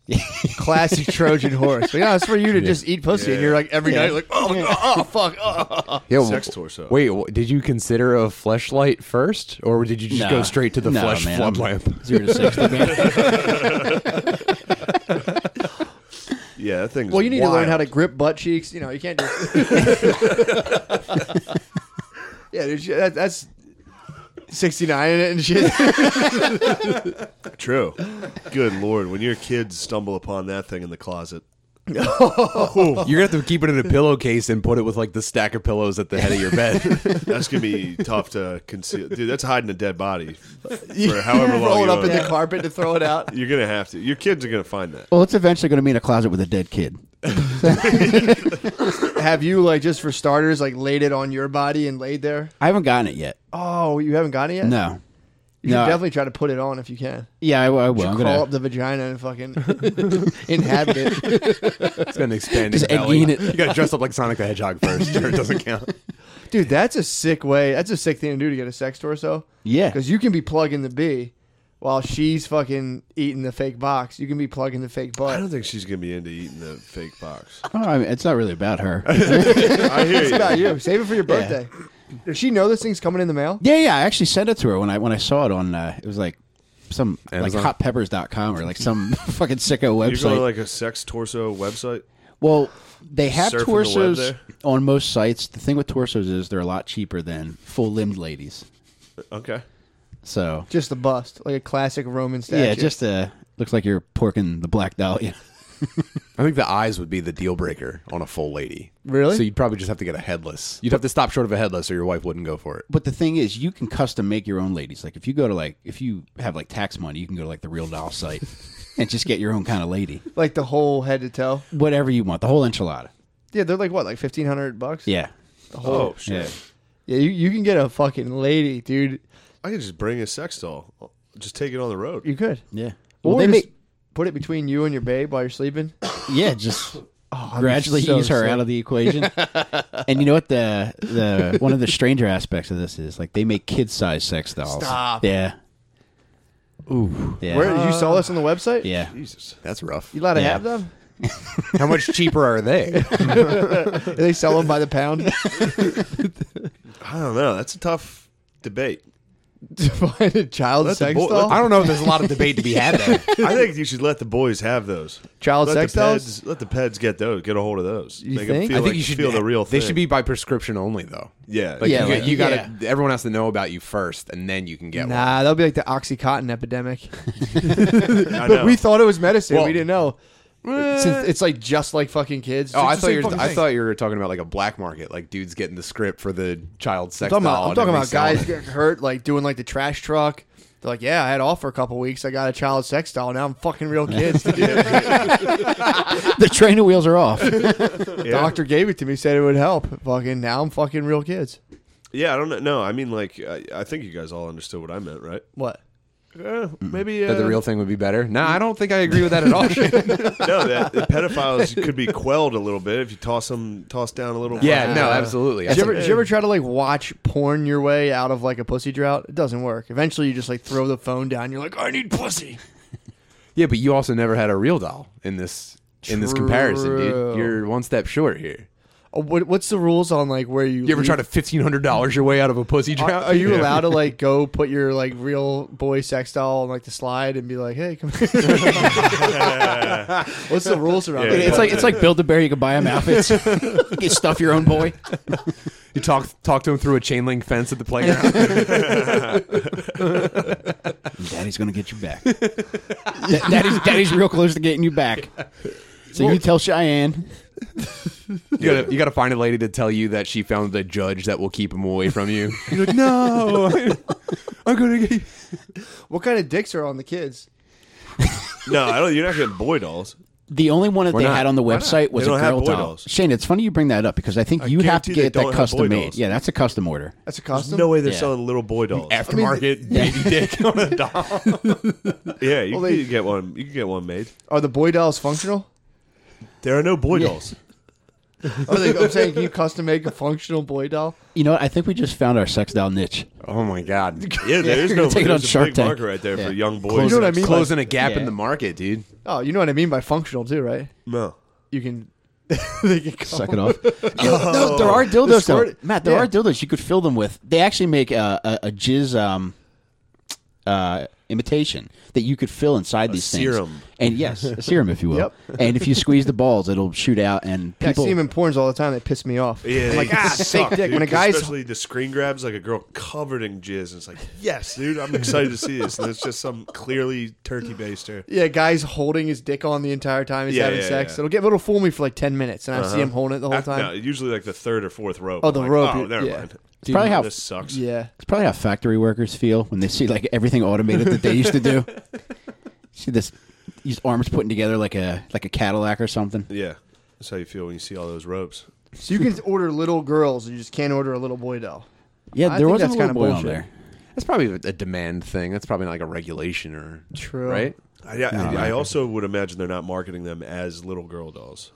Classic Trojan horse. But yeah, it's for you to just eat pussy, and you're like every night, like oh, oh, oh, fuck, oh. oh." Yeah, w- Sex torso. Wait, w- did you consider a fleshlight first, or did you just Nah. go straight to the Nah, flesh man, I'm floodlamp? Zero to 60, man. yeah, that thing's Well, you need to learn how to wild. grip butt cheeks. You know, you can't just. yeah, dude, shit, that, that's sixty nine in it and shit. True. Good lord, when your kids stumble upon that thing in the closet. You're gonna have to keep it in a pillowcase and put it with like the stack of pillows at the head of your bed. That's gonna be tough to conceal, dude. That's hiding a dead body for however long. Roll it you up in own the carpet to throw it out. You're gonna have to. Your kids are gonna find that. well, it's eventually going to be in a closet with a dead kid. Have you like just for starters, like laid it on your body and laid there? I haven't gotten it yet. Oh, you haven't gotten it yet. No. you should no. definitely try to put it on if you can. Yeah, I, I will. I'm crawl gonna up the vagina and fucking inhabit it. it's got an expanding Just egg belly. in it. You gotta dress up like Sonic the Hedgehog first, or it doesn't count. Dude, that's a sick way. That's a sick thing to do to get a sex torso. Yeah. Because you can be plugging the B while she's fucking eating the fake box. You can be plugging the fake I butt. don't think she's gonna be into eating the fake box. Oh, I mean, it's not really about her. I hear It's you. about you. Save it for your birthday. Does she know this thing's coming in the mail? yeah, yeah. I actually sent it to her when I when I saw it on. Uh, it was like some Amazon? like hotpeppers.com or like some fucking sicko You're going website. to like a sex torso website. well, they have Surfing the web torsos there? on most sites. The thing with torsos is they're a lot cheaper than full limbed ladies. Okay. So Just the bust, like a classic Roman statue. yeah, just uh, looks like you're porking the black dahlia. I think the eyes would be the deal breaker on a full lady. Really? So you'd probably just have to get a headless. You'd have to stop short of a headless, or your wife wouldn't go for it. But the thing is, you can custom make your own ladies. Like if you go to like if you have like tax money, you can go to like the real doll site and just get your own kind of lady, like the whole head to toe. whatever you want, the whole enchilada. Yeah, they're like what, like fifteen hundred bucks? Yeah. Oh shit! Yeah. Yeah, you, you can get a fucking lady, dude. I could just bring a sex doll. Just take it on the road. You could. Yeah. Or Well, they just make put it between you and your babe while you're sleeping. Oh, yeah, just I'm gradually so ease her sick. out of the equation. and you know what the the one of the stranger aspects of this is like they make kid size sex dolls. Stop. Yeah. Ooh. Yeah. Where you saw this on the website? yeah. Jesus. That's rough. You allowed to Yeah. have them? How much cheaper are they? They sell them by the pound I don't know. That's a tough debate. to find a child That's a sex bull- doll. I don't know if there's a lot of debate to be had there. I think you should let the boys have those. Child let sex the dolls? peds, Let the peds get those. Get a hold of those. You Make 'em think? Feel I think like- you should feel the real thing. They should be by prescription only, though. Yeah. Like Yeah, you, like- you gotta. Everyone has to know about you first, and then you can get one. Nah, that'll be like the OxyContin epidemic. I but know. we thought it was medicine. Well- we didn't know. Since it's like just like fucking kids. Oh, I It's the thought same you were, fucking I thing. thought you were talking about like a black market, like dudes getting the script for the child sex. I'm talking about, doll I'm talking and about reselling guys it. getting hurt, like doing like the trash truck. They're like, yeah, I had off for a couple weeks. I got a child sex doll. Now I'm fucking real kids. the trainer wheels are off. The doctor gave it to me, said it would help. Fucking now I'm fucking real kids. Yeah, I don't know. No, I mean, like, I, I think you guys all understood what I meant, right? What? Uh, maybe That the real thing would be better. No, I don't think I agree with that at all. no, that the pedophiles could be quelled a little bit if you toss them, toss down a little. yeah, no, absolutely. Did you, ever, did you ever try to like watch porn your way out of like a pussy drought? It doesn't work. Eventually, you just like throw the phone down. You're like, I need pussy. yeah, but you also never had a real doll in this in this comparison, dude. True. You're one step short here. Oh, what, what's the rules on like where you? You ever leave- try to fifteen hundred dollars your way out of a pussy Are, drought? are you Yeah. allowed to like go put your like real boy sex doll on like the slide and be like, hey, come here? What's the rules around Yeah. that? It's like it's like Build a Bear. You can buy him outfits. you stuff your own boy. You talk talk to him through a chain link fence at the playground. Daddy's gonna get you back. Da- Daddy's Daddy's real close to getting you back. So you tell Cheyenne. you gotta you gotta find a lady to tell you that she found a judge that will keep him away from you. You're like, no, I'm gonna get. What kind of dicks are on the kids? no, I don't. You're not getting boy dolls. The only one that Why they not? had on the website was They a don't have girl boy doll. dolls. Shane, it's funny you bring that up because I think you have guarantee to they get don't that have boy custom made. dolls. Yeah, that's a custom order. That's a costume. No way they're Yeah. selling little boy dolls. Aftermarket baby dick on a doll. yeah, you, Well, can they- you can get one. You can get one made. Are the boy dolls functional? There are no boy dolls. Are Oh, they, I'm saying, can you custom make a functional boy doll? You know what? I think we just found our sex doll niche. Oh my god, Yeah, there is you're no. gonna take it There's on a Shark big Tank. market right there Yeah. for young boys. Close You know what I mean? Closing a gap Yeah. in the market, dude. Oh, you know what I mean by functional too, right? No. You can. they can come. Suck it off. no, there are dildos. The though. squirt- Matt, there yeah. are dildos you could fill them with. They actually make a, a, a jizz um, uh, imitation that you could fill inside these serum. things. And yes, a serum, if you will. Yep. And if you squeeze the balls, it'll shoot out. And Yeah, I people, see them in porns all the time. They piss me off. Yeah, I'm like they ah, suck, fake dick. dude, When a guy's especially the screen grabs like a girl covered in jizz, and it's like, yes, dude, I'm excited to see this. And it's just some clearly turkey baster. yeah, guys holding his dick on the entire time he's Yeah, having yeah, sex. yeah. Uh-huh. It'll get it'll fool me for like ten minutes, and I see him holding it the whole After- time. no, usually like the third or fourth rope. Oh, the I'm rope, Like, oh, it- never yeah. mind. It's probably how This sucks. Yeah, It's probably how factory workers feel when they see like everything automated that they used to do. see this these arms putting together like a like a Cadillac or something. Yeah. That's how you feel when you see all those ropes. so you can order little girls, you just can't order a little boy doll. Yeah, I there think was a that's little kinda boy on bullshit. there. That's probably a demand thing. That's probably like a regulation or True. right. I, I, I also would imagine they're not marketing them as little girl dolls.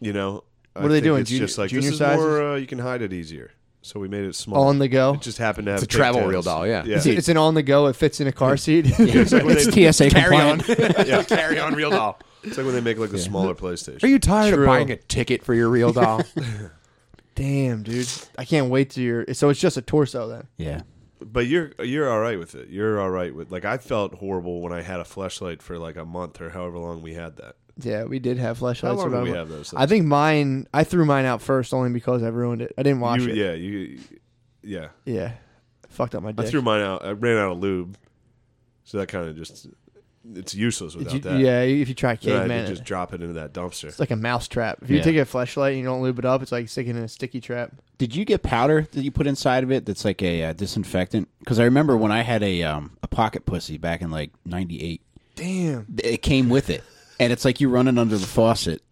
You know, What are they doing, It's junior- just like junior this sizes? is more. Uh, you can hide it easier, so we made it small On the go? It just happened to have a travel pigtails. reel doll, yeah. yeah. It's, it's an on the go. It fits in a car seat. It's like when It's they- TSA Carry on, compliant. yeah, carry on, real doll. it's like when they make like the smaller PlayStation. Are you tired True. of buying a ticket for your real doll? Damn, dude, I can't wait to your. So it's just a torso then. Yeah. But you're you're all right with it. You're all right with like I felt horrible when I had a flashlight for like a month or however long we had that. Yeah, we did have How flashlights. long when did I we wa- have those? I think mine. I threw mine out first only because I ruined it. I didn't wash You- it. yeah, you yeah. Yeah. Fucked up my I dick. threw mine out. I ran out of lube, so that kind of just it's useless Did without you- that. yeah, if you try Then I had to caveman, it- just drop it into that dumpster. it's like a mouse trap. If you Yeah. take a flashlight and you don't lube it up, it's like sticking in a sticky trap. Did you get powder that you put inside of it that's like a uh, disinfectant? Because I remember when I had a um, a pocket pussy back in like '98, Damn. it came with it, and it's like you run it under the faucet,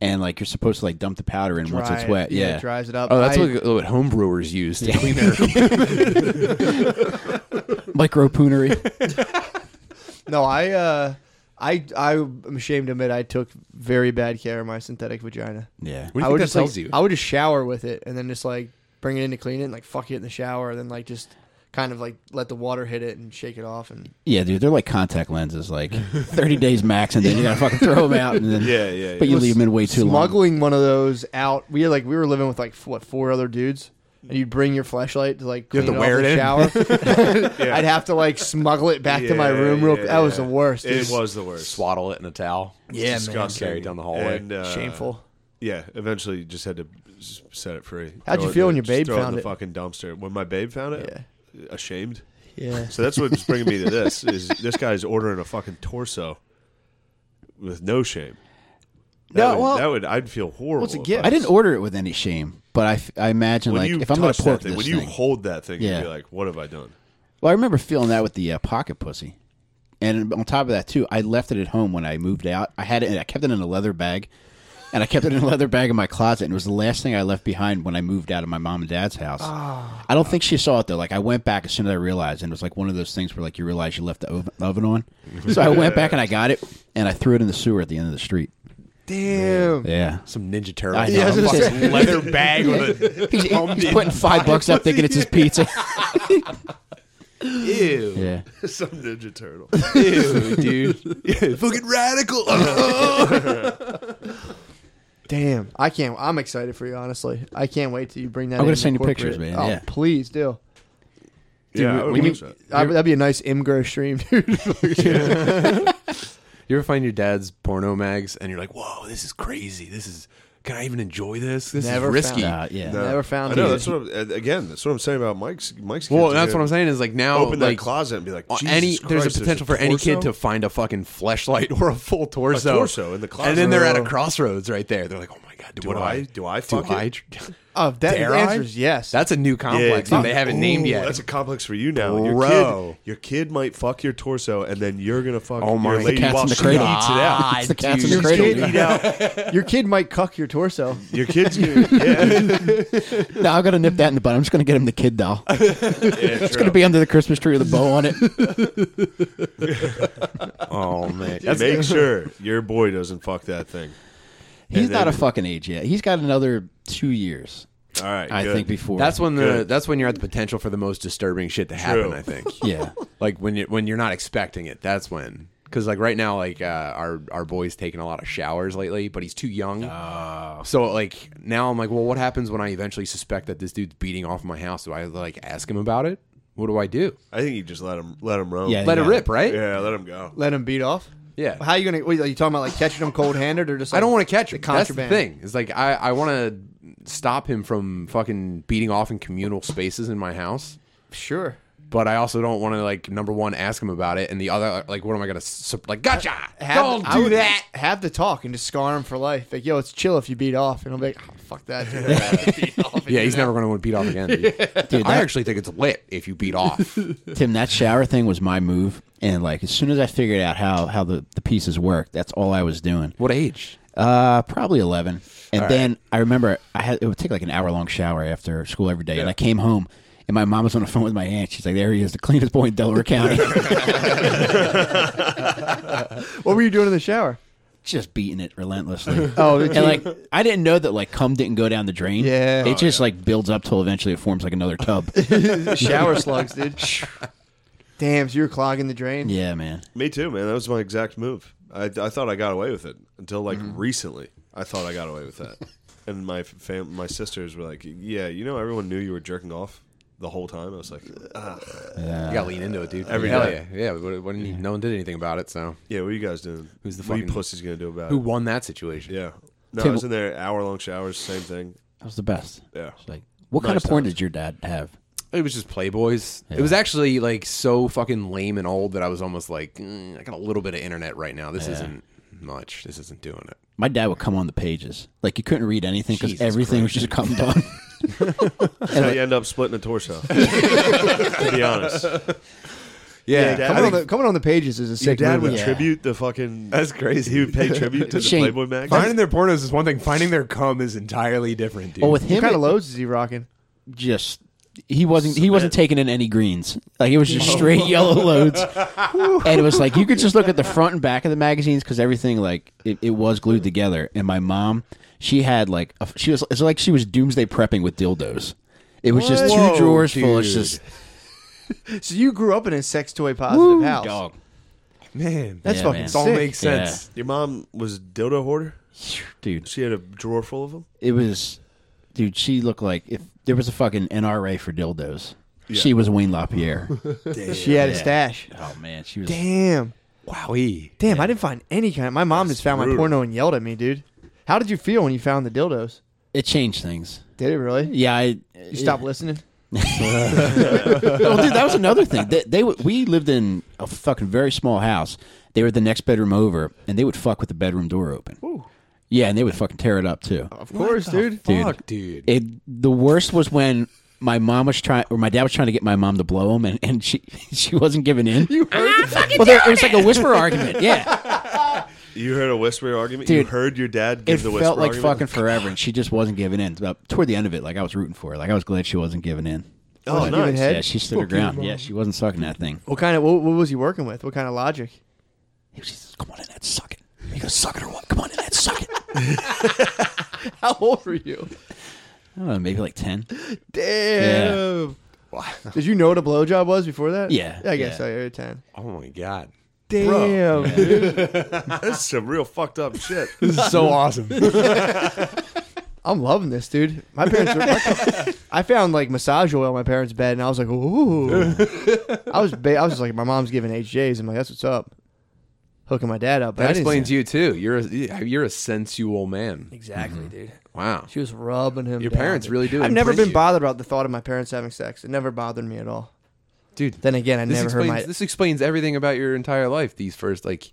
and like you're supposed to like dump the powder in once it's wet. Yeah, it dries it up. oh, that's I, what, what homebrewers use to clean their. micro poonery. no, I, uh, I, I am ashamed to admit I took very bad care of my synthetic vagina. yeah, What do you I would think that just tells like, you? I would just shower with it and then just like bring it in to clean it and like fuck it in the shower and then like just kind of like let the water hit it and shake it off and yeah, dude, they're like contact lenses, like 30 days max, and then you gotta fucking throw them out, and then Yeah, yeah. but yeah. you leave them in way too long. smuggling one of those out. We had like we were living with like f- what four other dudes, and you'd bring your flashlight to like You clean have to it wear it in? off in the shower. Yeah. I'd have to like smuggle it back to my Yeah, room. Real, yeah, that was the yeah. worst. It dude. was the worst. swaddle it in a towel. Yeah, man. Disgusting. Carry it down the hallway. And, uh, Shameful. Yeah, eventually you just had to s- set it free. How'd you it feel in- when your just babe throw found in the it? fucking dumpster? When my babe found it, ashamed. Yeah. So that's what's bringing me to this. Is this guy's ordering a fucking torso with no shame? That No, would, well- that would I'd feel horrible. Well, it's a if gift. I didn't order it with any shame, but I, f- I imagine When like you if I'm gonna touch pork that thing, this when thing, you hold that thing, Yeah. you'd be like, "What have I done?" Well, I remember feeling that with the uh, pocket pussy, and on top of that too, I left it at home when I moved out. I had it, I kept it in a leather bag, and I kept it in a leather bag in my closet, and it was the last thing I left behind when I moved out of my mom and dad's house. I don't think she saw it though. Like I went back as soon as I realized, and it was like one of those things where like you realize you left the oven, oven on. So I went back and I got it, and I threw it in the sewer at the end of the street. Damn. Yeah. Some Ninja Turtle. I know. Yeah, I was gonna say- leather bag with a He's, he's putting five bucks up thinking it's his pizza. ew, yeah. Some Ninja Turtle. ew, dude. Yeah, fucking radical. Damn. I can't. I'm excited for you, honestly. I can't wait till you bring that I'm in gonna and send you incorporate pictures, it. man, Oh, yeah. please do. yeah, I would we watch need- that. I, that'd be a nice Imgur stream, dude. you ever find your dad's porno mags and you're like, whoa, this is crazy. This is. Can I even enjoy this? This Never is risky. found Uh, yeah. Never found I know, it. that's what I'm, again, that's what I'm saying about Mike's Mike's kids. Well, that's dude. what I'm saying is like now, Open like that closet and be like, on Jesus any there's Christ, a potential for any kid to find a fucking fleshlight or a full torso, torso in the closet. and then they're at a Oh. crossroads right there. They're like, oh my god, do, Do what do I- I do I do fuck I? it? Oh, that Dare the I? answer is yes. That's a new complex that dude. they haven't named Ooh, yet. That's a complex for you now. Your Bro. kid, your kid might fuck your torso, and then you're gonna fuck Oh my your lady Cat's in while the she cradle. eats it out. It's the cats dude. in the your cradle. kid. dude. eat out- your kid might cuck your torso. Your kid's gonna, yeah, No, I'm gonna nip that in the bud. I'm just gonna get him the kid doll. It's yeah, true. gonna be under the Christmas tree with a bow on it. oh man, Make sure your boy doesn't fuck that thing. He's And not a then- fucking age yet. He's got another two years, All right, I good. think, before. that's when the Good. that's when you're at the potential for the most disturbing shit to happen. I think. yeah. like when you when you're not expecting it, that's when. Because like right now, like uh, our our boy's taking a lot of showers lately, but he's too young. So like now I'm like, well, what happens when I eventually suspect that this dude's beating off my house? Do I like ask him about it? What do I do? I think you just let him let him roam. Yeah. Let it rip, right? yeah, let him go. Let him beat off. Yeah. How you gonna? Wait, are you talking about like catching them cold-handed or just? Like I don't want to catch the him. That's the contraband? thing. It's like I I want to stop him from fucking beating off in communal spaces in my house. Sure. But I also don't want to like number one ask him about it, and the other like what am I gonna s- like? Gotcha! don't I do would that. Have the talk and just scar him for life. Like, yo, it's chill if you beat off, and I'll be like, oh, fuck that. dude. Yeah, he's never going to beat off again. dude. I actually think it's lit if you beat off. Tim, that shower thing was my move. And like as soon as I figured out how how the, the pieces work, that's all I was doing. what age? Uh, probably eleven. And then I remember I had it would take like an hour long shower after school every day, and I came home and my mom was on the phone with my aunt. She's like, "There he is, the cleanest boy in Delaware County, what were you doing in the shower? just beating it relentlessly." Oh, the And like I didn't know that like cum didn't go down the drain. Yeah. Oh, it just like builds up till eventually it forms like another tub. shower slugs, dude. Damn, so you were clogging the drain. yeah, man. Me too, man. That was my exact move. I, I thought I got away with it until like Mm-hmm. recently. I thought I got away with that, and my fam- my sisters were like, "Yeah, you know, everyone knew you were jerking off the whole time." I was like, ah, You got to lean into it, dude. Every Hell day. yeah, yeah. But when no one did anything about it, so "Yeah, what are you guys doing? Who's the what are you fucking- pussies gonna do about who it?" won that situation? Yeah, no, I Tim- was in there hour long showers, same thing. That was the best. Yeah, It's like, what kind Nice of porn times. did your dad have? It was just Playboys. It was actually like so fucking lame and old that I was almost like, mm, I got a little bit of internet right now. This isn't much. This isn't doing it. My dad would come on the pages. Like you couldn't read anything because Jesus everything was just cum done. that's how you end up splitting a torso. to be honest, Yeah, Dad- I Coming on, think- the, coming on the pages is a your sick dad move. would Yeah. tribute the fucking. That's crazy. He would pay tribute to the Shane, Playboy mag. finding their pornos is one thing. Finding their cum is entirely different, dude. well, with him, What kind of it loads is he rocking? just he wasn't he wasn't taking in any greens. Like it was just straight yellow loads, and it was like you could just look at the front and back of the magazines because everything like it, it was glued together. And my mom, she had like a, she was it's like she was doomsday prepping with dildos. It was just two Whoa, drawers full. It's dude. just So you grew up in a sex toy positive house. man, That's Yeah, fucking man. it all sick. makes sense. Your mom was a dildo hoarder. dude. She had a drawer full of them. It was, dude. She looked like if there was a fucking NRA for dildos. She was Wayne LaPierre. She had a stash. oh man, she was. Damn. Wowie. Damn, I didn't find any kind. my mom just found my brutal. porno and yelled at me, dude. How did you feel when you found the dildos? It changed things. Did it really? Yeah, I. You stopped listening? well, dude, that was another thing. They, they would- we lived in a fucking very small house. They were the next bedroom over, and they would fuck with the bedroom door open. Yeah, and they would fucking tear it up too. Of course, dude. Fuck, dude. It the worst was when my mom was trying, or my dad was trying to get my mom to blow him, and, and she she wasn't giving in. You heard? Well, there, it was like a whisper argument. Yeah. You heard a whisper argument. you Dude, heard your dad It give the whisper felt like argument. fucking forever, and she just wasn't giving in. But toward the end of it, like I was rooting for her. Like I was glad she wasn't giving in. Oh, Give it nice. head? Yeah, she stood her ground. Yeah, she wasn't sucking that thing. What kind of what, what was he working with? What kind of logic? He was just, come on in, that suck it. You gonna suck it or what? Come on in, that suck it. I How old were you? don't know, maybe like ten. Damn. Did you know what a blowjob was before that? Yeah, I guess yeah. so. You're 10. Oh my god, Damn. That's some real fucked up shit. this is so awesome. I'm loving this, dude. My parents were. my- I found like massage oil in my parents' bed, and I was like, ooh. I was ba- I was just like, my mom's giving HJs. I'm like, that's what's up. Hooking my dad up. that explains you too. You're a, you're a sensual man. Exactly, dude. Wow. She was rubbing him. Your down, parents dude. really do I've never imprint been you. bothered about the thought of my parents having sex. It never bothered me at all. Dude, Then again, I this never heard explains my. this explains everything about your entire life. These first like,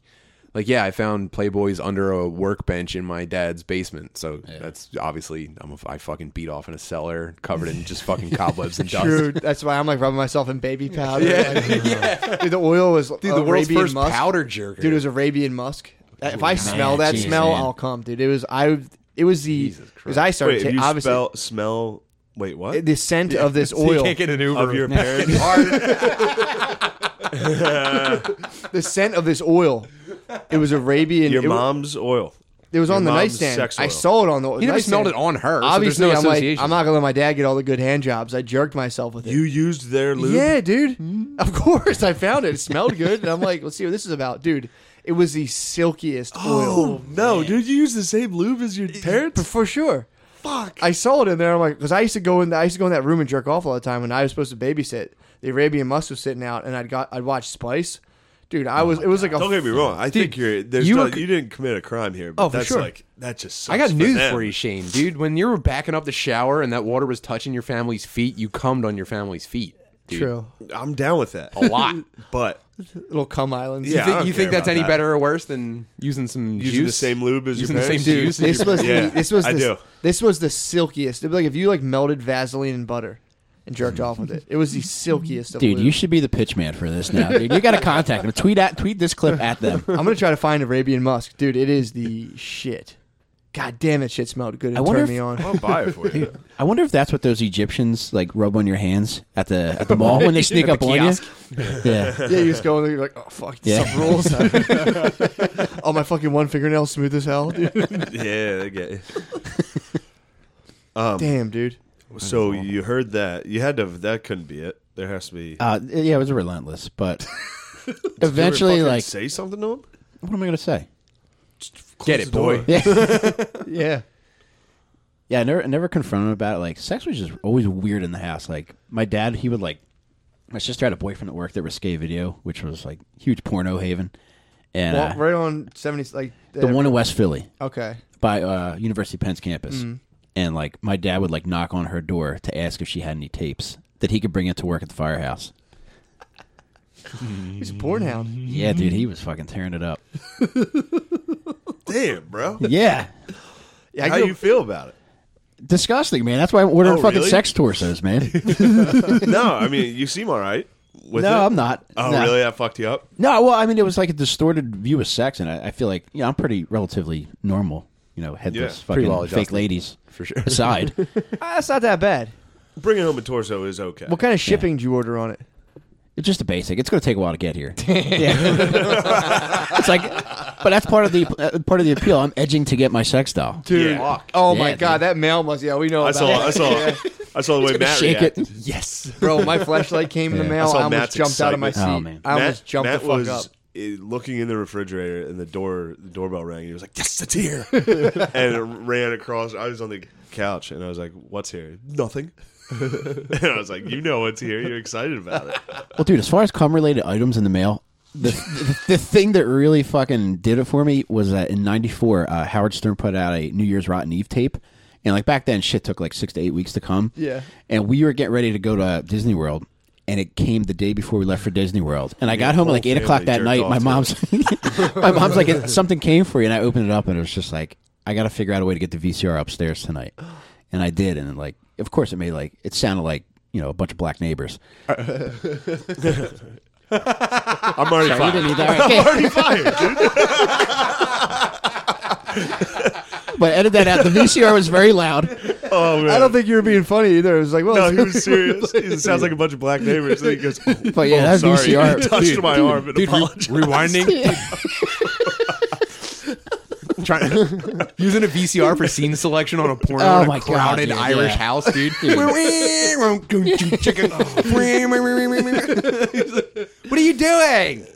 like yeah, I found Playboys under a workbench in my dad's basement. So that's obviously I'm a, I fucking beat off in a cellar covered in just fucking cobwebs and dust. Dude, that's why I'm like rubbing myself in baby powder. Yeah, Dude, the oil was Dude, the world's Oh, Arabian first musk. powder jerker. Dude, it was Arabian musk. That- If I smell man, that jeez, smell, man. I'll come, dude. It was I. It was the because I started Wait, ta- if you obviously spell, smell. Wait, what? the scent of this oil. an Of your parents. the scent of this oil. It was Arabian. your it, wa- mom's oil. It was on the your mom's nightstand. sex I oil. saw it on the. He never smelled it nightstand. on her. Obviously, so there's I'm no like, association. I'm not gonna let my dad get all the good hand jobs. I jerked myself with it. You used their lube. Yeah, dude. Of course, I found it. It smelled good, and I'm like, let's see what this is about, dude. It was the silkiest oil Oh no, dude! You use the same lube as your parents. But for sure. Fuck. I saw it in there. I'm like, because I used to go in, I used to go in that room and jerk off all the time when I was supposed to babysit. The Arabian Musk was sitting out, and I'd got, I'd watch Spice, dude. I was, it was like a. Don't get me wrong. I think you're. There's you you, were- you didn't commit a crime here. But Oh, for that's sure. Like that just. Sucks I got for news them. for you, Shane, dude. When you were backing up the shower and that water was touching your family's feet, you cummed on your family's feet. Dude. True. I'm down with that. A lot. you But Little cum islands. Yeah, I think, don't you think care that's about any that. better or worse than using some using juice? the same lube as Using your the same parents. dude. juice. This was Yeah, the, this was I the, do. this was the silkiest. It'd be like if you like melted Vaseline and butter and jerked off with it. It was the silkiest. Of Dude, lube. you should be the pitch man for this now. Dude, you got to contact them. Tweet at tweet this clip at them. I'm gonna try to find Arabian Musk, dude. It is the shit. God damn, that shit smelled good. It I turned wonder me if- on. I'll buy it for you. I wonder if that's what those Egyptians like rub on your hands at the at the mall when they sneak At up the on you. kiosk. Yeah. Yeah, you just go in there, you're like, oh fuck, this Yeah. stuff rules. oh my fucking one fingernail smooth as hell, dude. yeah, I get it. Um, Damn, dude. So you heard that? You had to. That couldn't be it. There has to be. Uh, yeah, it was relentless, but Did you ever eventually, fucking like, say something to him. what am I going to say? Get it, boy. Yeah. Yeah, I never I never confronted him about it. Like, sex was just always weird in the house. Like, my dad, he would like, my sister had a boyfriend at work that was gay video, which was like huge porno haven, and Well, uh, right on seventy, like the one in West Philly Okay. by uh, University Penn's campus. And like, my dad would like knock on her door to ask if she had any tapes that he could bring it to work at the firehouse. He's a porn hound. Yeah, dude, he was fucking tearing it up. Damn, bro. Yeah, Yeah, How I you grew, feel about it? disgusting, man. That's why I'm ordering Oh, fucking really? sex torsos, man. No, I mean you seem all right. With no, it. I'm not. Oh, No. really? That fucked you up. No, well, I mean, it was like a distorted view of sex, and I, I feel like, you know, I'm pretty relatively normal, you know, headless Yeah, fucking well fake adjusted, ladies for sure. aside. Ah, that's not that bad. Bringing home a torso is okay. What kind of shipping did you order on it? it's just a basic. It's going to take a while to get here. Yeah. it's like, but that's part of the uh, part of the appeal. I'm edging to get my sex doll. Dude. Yeah. Oh Yeah, my dude. god, that mail must yeah, we know I about saw. it. I saw. I saw the way Matt Shake reacted. it. Yes. Bro, my flashlight came in Yeah. the I mail. saw I, almost Matt's jumped out of my seat. excitement. Oh, man. I almost Matt- jumped Matt the fuck was up. uh, looking in the refrigerator, and the door the doorbell rang. He was like, "Yes, it's here!" and it ran across. I was on the couch, and I was like, "What's here?" Nothing. and I was like, "You know what's here? You're excited about it." Well, dude, as far as cum related items in the mail, the, the, the thing that really fucking did it for me was that in '94, uh, Howard Stern put out a New Year's Rotten Eve tape. And like back then, shit took like six to eight weeks to come. Yeah. And we were getting ready to go to Disney World, and it came the day before we left for Disney World. And I got home at whole like eight o'clock family that night. jerked My off mom's, my mom's like, "It- something came for you, and I opened it up, and it was just like, I got to figure out a way to get the VCR upstairs tonight. And I did, and like, of course, it made like it sounded like you know a bunch of black neighbors. I'm already You fired. didn't need that. Okay. but edit that out. The VCR was very loud. Oh man. I don't think you were being funny either. It was like, well, No, it's- he was serious. It sounds like a bunch of black neighbors. And he goes, oh, But yeah, that sorry. VCR. He touched my arm and apologized. rewinding. Trying using a VCR for scene selection on a porno Oh in my a God, crowded dude, Irish yeah. house, dude. Chicken. what are you doing?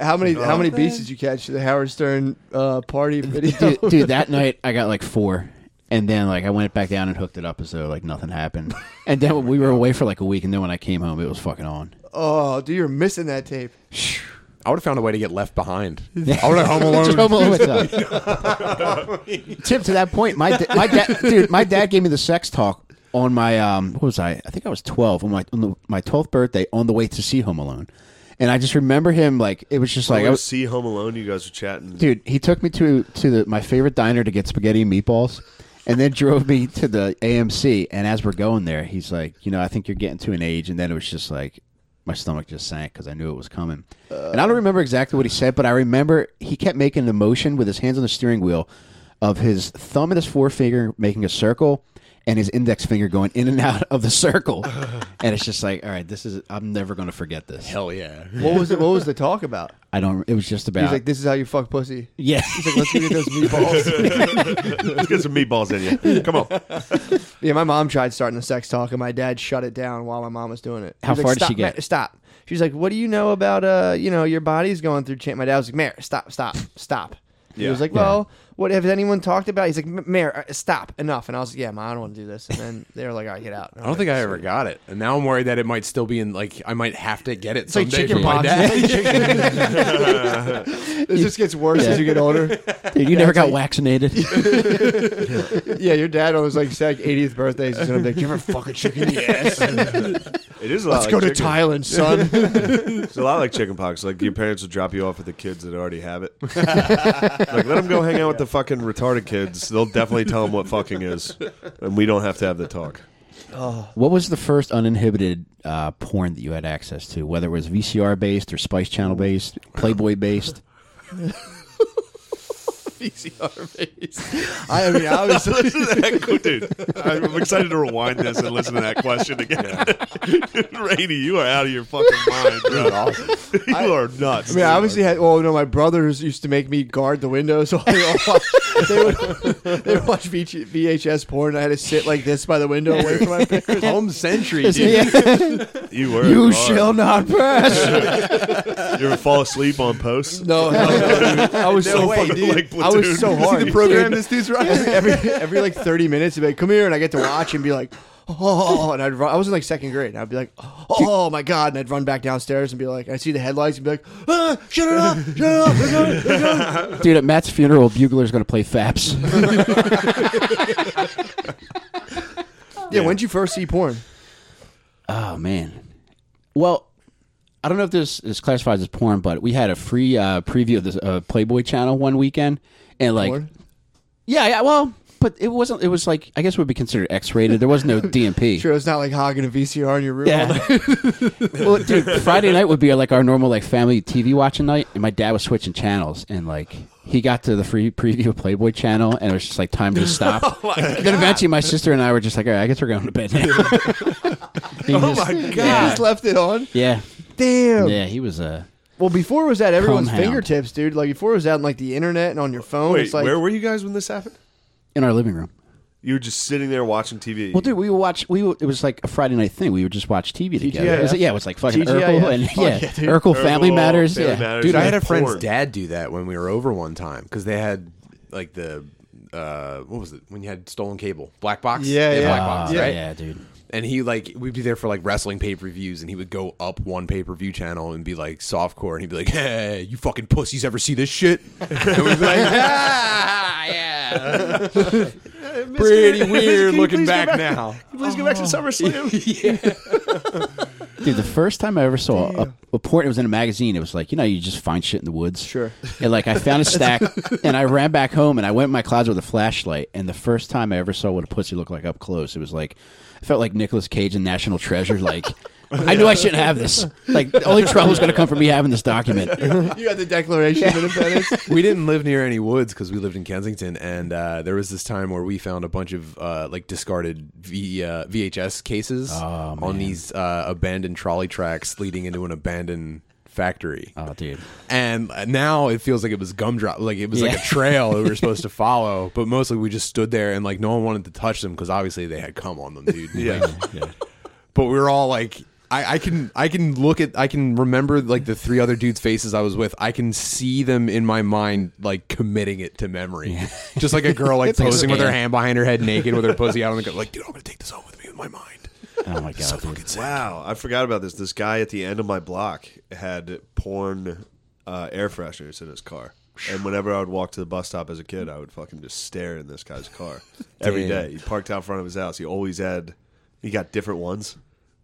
how many how many beats did you catch at the Howard Stern uh, party video? dude, dude, that night I got like four, and then like I went back down and hooked it up as though like nothing happened. And then we were away for like a week, and then when I came home, it was fucking on. oh, dude, you're missing that tape. I would have found a way to get left behind. I would have home alone. Home Alone with, uh, Tip to that point, my da- my dad, dude, my dad gave me the sex talk on my um, what was I? I think I was twelve on my on the, my twelfth birthday on the way to see Home Alone, and I just remember him like it was just like I I was, see Home Alone. You guys were chatting. dude. He took me to to the, my favorite diner to get spaghetti and meatballs, and then drove me to the AMC. And as we're going there, he's like, you know, I think you're getting to an age, and then it was just like. My stomach just sank because I knew it was coming, and I don't remember exactly what he said, but I remember he kept making a motion with his hands on the steering wheel, of his thumb and his forefinger making a circle, and his index finger going in and out of the circle, and it's just like, all right, this is I'm never going to forget this. Hell yeah. What was it? What was the talk about? I don't. It was just about He's like, this is how you fuck pussy. yeah. He's like, let's go get those meatballs. Let's get some meatballs in you. Come on. yeah, my mom tried starting the sex talk, and my dad shut it down while my mom was doing it. He How was like, far did "Stop, she get?" Mer- stop. She's like, what do you know about uh, you know, your body's going through change? My dad was like, Mayor, stop, stop, stop. He Yeah. was like, well, what has anyone talked about? it?" He's like, "M- Mayor, uh, stop, enough. And I was like, yeah, mom, I don't want to do this. And then they were like, all right, get out. I don't think I ever got it, and now I'm worried that it might still be in. Like, I might have to get it It's like someday chicken from my pox. dad. it just gets worse as you get older. Dude, you never That's got vaccinated. Yeah, your dad on his like sec- 80th birthday, he's gonna be like, "Give her a fucking chicken in the ass." It is a lot Let's like go to chicken. Thailand, son. It's a lot like chicken pox. Like your parents will drop you off with the kids that already have it. like let them go hang out with the fucking retarded kids. They'll definitely tell them what fucking is, and we don't have to have the talk. what was the first uninhibited uh, porn that you had access to? Whether it was VCR based or Spice Channel based, Playboy based. I mean, obviously, Dude, I'm excited to rewind this and listen to that question again. Rainy, you are out of your fucking mind, bro. you are nuts. I mean, I obviously had. Well, no, my brothers used to make me guard the windows. While they, all watched, they would they would watch VH, VHS porn. And I had to sit like this by the window, away from my parents. Home century, dude. you were. You hard. shall not pass. You would fall asleep on posts. No, no, dude. I was so way, fucking. dude. Like I Platoon. was so hard. program Dude, this dude's running. every, every every like 30 minutes, he'd be like, "Come here," and I get to watch and be like. Oh, and I'd run. I was in like second grade, and I'd be like, "Oh my god!" And I'd run back downstairs and be like, "I see the headlights," and be like, ah, "Shut it up! Shut it up! They're going, they're going." Dude, at Matt's funeral, Bugler's going to play Faps. Yeah, when'd you first see porn? oh, man. Well, I don't know if this is classified as porn, but we had a free uh, preview of this uh, Playboy channel one weekend. And, like, Porn? yeah, yeah, well, but it wasn't, it was like, I guess it would be considered X rated. There was no DMP. Sure, it's not like hogging a VCR in your room. all night. Yeah. well, dude, Friday night would be like our normal like family TV watching night, and my dad was switching channels, and like he got to the free preview of Playboy channel, and it was just like time to stop. Oh then eventually, my sister and I were just like, all right, I guess we're going to bed. Now. oh my You just left it on. Yeah, Damn. yeah, he was uh, Well, before it was at everyone's Compound. fingertips, dude. Like before it was out on like the internet and on your phone. Wait, it's like where were you guys when this happened? in our living room. You were just sitting there watching TV. Well, dude, we would watch. We would, it was like a Friday night thing. We would just watch TV together. It was- TGIF. yeah, it was like fucking TGIF. Urkel and yeah, Fuck yeah, dude. Urkel, Family Herbal, Matters. Family yeah, Matters, Dude, I had a and friend's porn. dad do that when we were over one time because they had like the uh, what was it when you had stolen cable black box Yeah, They had yeah. black Ah, box right yeah, dude. and he like we'd be there for like wrestling pay per views and he would go up one pay per view channel and be like softcore and he'd be like hey you fucking pussies ever see this shit and we'd be like ah, yeah pretty weird looking back, now Please go back to SummerSlam. Dude, the first time I ever saw a, a porn, it was in a magazine. It was like, you know, you just find shit in the woods. Sure. And like, I found a stack and I ran back home and I went in my closet with a flashlight. And the first time I ever saw what a pussy looked like up close, it was like, I felt like Nicolas Cage in National Treasure. Like, I knew I shouldn't have this. Like, the only trouble is going to come from me having this document. you got the declaration of independence. we didn't live near any woods because we lived in Kensington, and uh, there was this time where we found a bunch of uh, like discarded v, uh, VHS Oh, cases on these uh, abandoned trolley tracks leading into an abandoned factory. Oh, dude. And now it feels like it was gumdrop, like it was like Yeah. a trail that we were supposed to follow. But mostly we just stood there and like no one wanted to touch them because obviously they had cum on them, dude. yeah. But we were all like, I, I can I can look at I can remember like the three other dudes' faces I was with. I can see them in my mind like committing it to memory, just like a girl like like a posing with her scam. hand behind her head naked with her pussy out on the go- like, dude, I'm gonna take this home with me in my mind. Oh, my God. So dude. fucking sick. Wow, I forgot about this. This guy at the end of my block had porn uh, air fresheners in his car. And whenever I would walk to the bus stop as a kid, I would fucking just stare in this guy's car every Damn. day. He parked out front of his house. He always had, he got different ones.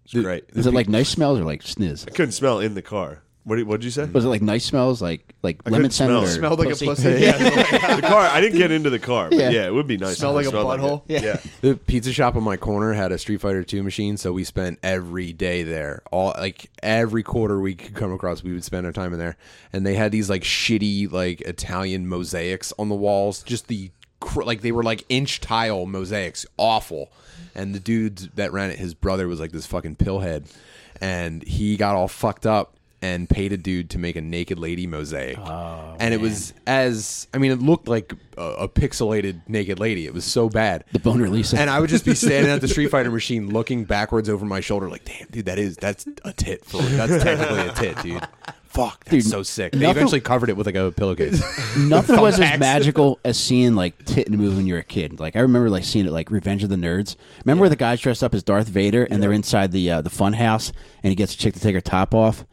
It's great. Is it like nice smells or like sniz? Couldn't smell in the car. What did you say? Was it like nice smells, like like I couldn't lemon smell. scented or Smelled like a pussy? pussy. Oh, the car. I didn't get into the car, but yeah, Yeah. it would be nice. Smell like if it a smelled butthole? it. yeah. The pizza shop on my corner had a Street Fighter II machine, so we spent every day there. All like every quarter we could come across, we would spend our time in there. And they had these like shitty like Italian mosaics on the walls, just the cr- like they were like inch tile mosaics, awful. And the dude that ran it, his brother was like this fucking pillhead, and he got all fucked up and paid a dude to make a naked lady mosaic. and it was as I mean, it looked like a, a pixelated naked lady. It was so bad. The boner Lisa. And I would just be standing at the Street Fighter machine looking backwards over my shoulder, like, damn, dude, that is, that's a tit. For, that's technically a tit, dude. Fuck, that's Dude, so sick. They nothing- eventually covered it with like a pillowcase. Nothing was as Thumbtacks. magical as seeing like tit in a movie when you were a kid. Like I remember like seeing it like Revenge of the Nerds. Remember where the guys dressed up as Darth Vader and they're inside the uh, the fun house and he gets a chick to take her top off.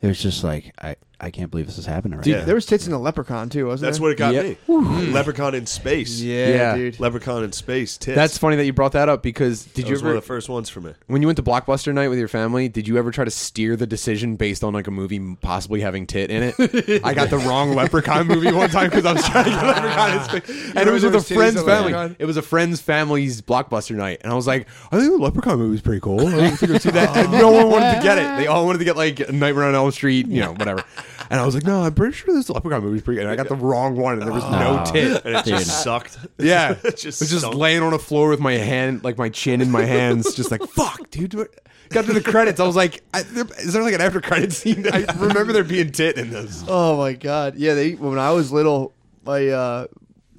It was just like I, I can't believe this is happening right now. There was tits in the leprechaun too, wasn't That's there? what it got Yeah. me. Leprechaun in space. Yeah, Yeah. dude. Leprechaun in space. Tits. that's funny that you brought that up because did That you was one ever, of the first ones for me. when you went to Blockbuster night with your family, did you ever try to steer the decision based on like a movie possibly having tit in it? I got the wrong Leprechaun movie one time because I was trying to get Leprechaun, in space. and it was with Remember there a was titties friend's on family. Leprechaun? It was a friend's family's Blockbuster night, and I was like, I think the Leprechaun movie was pretty cool. I think I'd see that, and no one wanted to get it. They all wanted to get like Nightmare on Elm Street, you know, whatever. And I was like, no, I'm pretty sure this Leprechaun movie's pretty good. And I got the wrong one, and there was no Ah. Oh. tit. And it just sucked. Yeah, It just just was just sunk. laying on a floor with my hand, like my chin in my hands, just like fuck, dude. do I-" Got to the credits, I was like, I, there, "Is there like an after credit scene?" I remember there being tit in this. Oh my god. Yeah, they when I was little, my uh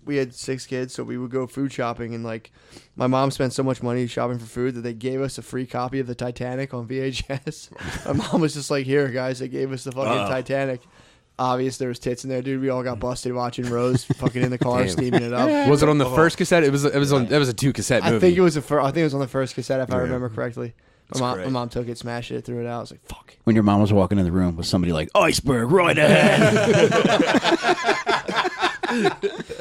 we had six kids, so we would go food shopping and like my mom spent so much money shopping for food that they gave us a free copy of the Titanic on VHS. my mom was just like, "Here, guys, they gave us the fucking Titanic." Obvious there was tits in there, dude. We all got busted watching Rose fucking in the car steaming it up. Was it on the first cassette? It was. It was on. That was a two cassette I think it was the fir- I think it was on the first cassette if I remember correctly. My mom, my great. mom took it, smashed it, threw it out. I was like, "Fuck." When your mom was walking in the room with somebody like iceberg right ahead.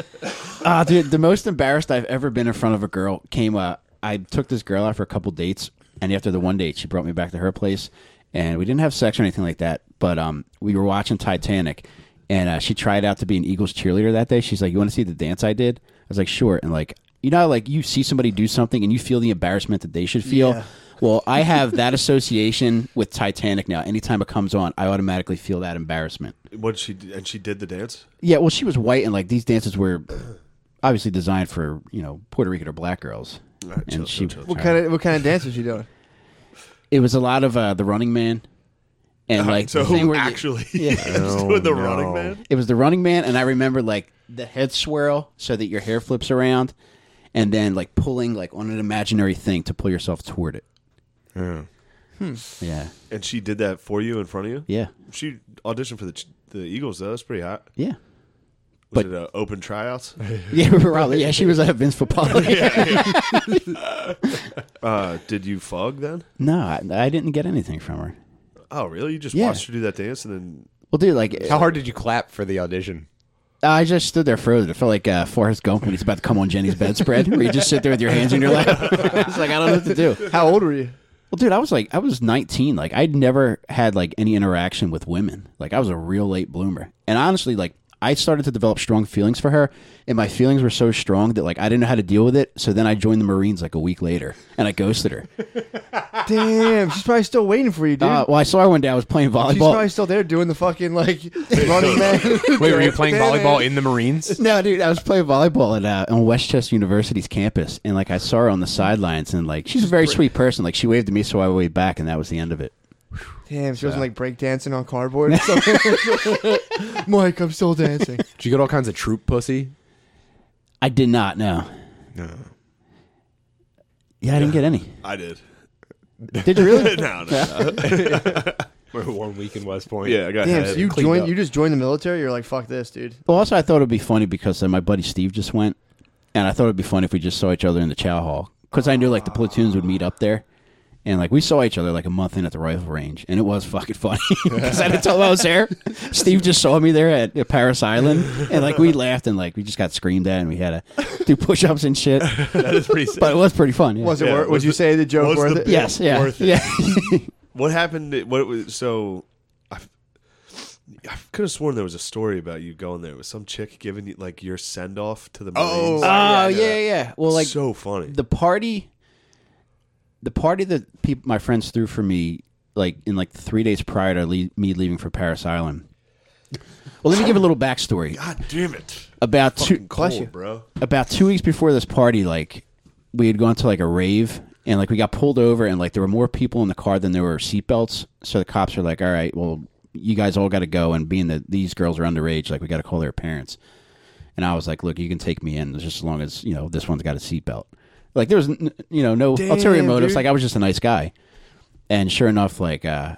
Ah, dude, the most embarrassed I've ever been in front of a girl came. Uh, I took this girl out for a couple dates, and after the one date, she brought me back to her place, and we didn't have sex or anything like that. But um, we were watching Titanic, and uh, she tried out to be an Eagles cheerleader that day. She's like, "You want to see the dance I did?" I was like, "Sure." And like, you know, how, like you see somebody do something and you feel the embarrassment that they should feel. Yeah. Well, I have that association with Titanic now. Anytime it comes on, I automatically feel that embarrassment. What she and she did the dance. Yeah, well, she was white, and like these dances were obviously designed for you know Puerto Rican or black girls. chill, and she, What kind of what kind of dance was she doing? it was a lot of uh, the Running Man, and like Uh-huh, so the thing where you- actually, yeah. just doing the Oh, no. Running Man. it was the Running Man, and I remember like the head swirl so that your hair flips around, and then like pulling like on an imaginary thing to pull yourself toward it. Yeah, And she did that for you in front of you. yeah, She auditioned for the Ch- the Eagles though. That's pretty hot. yeah. Was But- it uh, open tryouts? Yeah, probably. Yeah, she was at Vince Papali. Uh, did you fog then? No, I, I didn't get anything from her. Oh, really? You just Yeah. watched her do that dance and then Well, dude, like How hard did you clap for the audition? I just stood there frozen. It felt like uh, Forrest Gump when he's about to come on Jenny's bedspread, where you just sit there with your hands in your lap. it's like I don't know what to do. How old were you? Well, dude, I was like, I was 19. Like I'd never had like any interaction with women. Like I was a real late bloomer, and honestly, like I started to develop strong feelings for her, and my feelings were so strong that like I didn't know how to deal with it. So then I joined the Marines like a week later, and I ghosted her. Damn, she's probably still waiting for you, dude. Uh, well, I saw her one day. I was playing she's volleyball. probably still there doing the fucking like running man. Wait, Wait, were you playing volleyball in the Marines? No, dude, I was playing volleyball at uh, on Westchester University's campus, and like I saw her on the sidelines, and like she's a very sweet person. Like she waved to me, so I waved back, and that was the end of it. Damn, she wasn't like breakdancing on cardboard or something. Mike, I'm still dancing. Did you get all kinds of troop pussy? I did not know. No. Yeah, I didn't get any. I did. Did you really? no, no, no. We're one week in West Point. Yeah, I got. Damn, had so it you cleaned joined up. you just joined the military, you're like, fuck this, dude. Well, also I thought it'd be funny because uh, my buddy Steve just went, and I thought it'd be funny if we just saw each other in the chow hall because I knew like the platoons would meet up there, and like we saw each other like a month in at the rifle range, and it was fucking funny because I didn't tell him I was there. Steve just saw me there at, at Paris Island, and like we laughed and like we just got screamed at, and we had to do push ups and shit, That is pretty. Sick. but it was pretty fun. Yeah. Was it Yeah, worth was would you the- say the joke was worth the it? bit- yes, yeah, worth it? yeah. What happened? What was so? I, I could have sworn there was a story about you going there with some chick giving you like your send off to the Marines. Oh, Oh yeah, yeah, Well, like so funny. the party the party that peop my friends threw for me like in like three days prior to le- me leaving for paris island well let me give a little backstory God damn it! about two Fucking cold, bro. about two weeks before this party like we had gone to like a rave and like we got pulled over and like there were more people in the car than there were seatbelts so the cops are like all right well you guys all got to go and being that these girls are underage like we got to call their parents and I was like, "Look, you can take me in just as long as you know this one's got a seatbelt." Like there was, n- you know, no ulterior Damn, motives. dude. Like I was just a nice guy, and sure enough, like uh,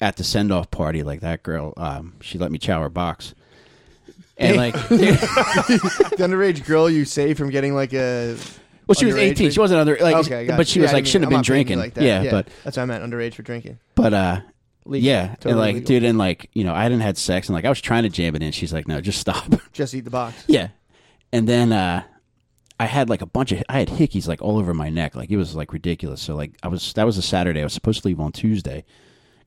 at the send off party, like that girl, um, she let me chow her box, and like, well, The underage girl you saved from getting like a she was Underage eighteen. lady? She wasn't under, like, Okay, gotcha. but she Yeah, was I didn't like mean- I'm shouldn't have been not being drinking. Like that. yeah, but that's what I meant, underage for drinking. but uh, Legal. yeah, Totally and like, legal. dude, and like, you know, I hadn't had sex, and like I was trying to jam it in. She's like, "No, just stop." Just eat the box. Yeah. And then uh I had like a bunch of I had hickeys like all over my neck. Like it was like ridiculous. So like I was that was a Saturday. I was supposed to leave on Tuesday.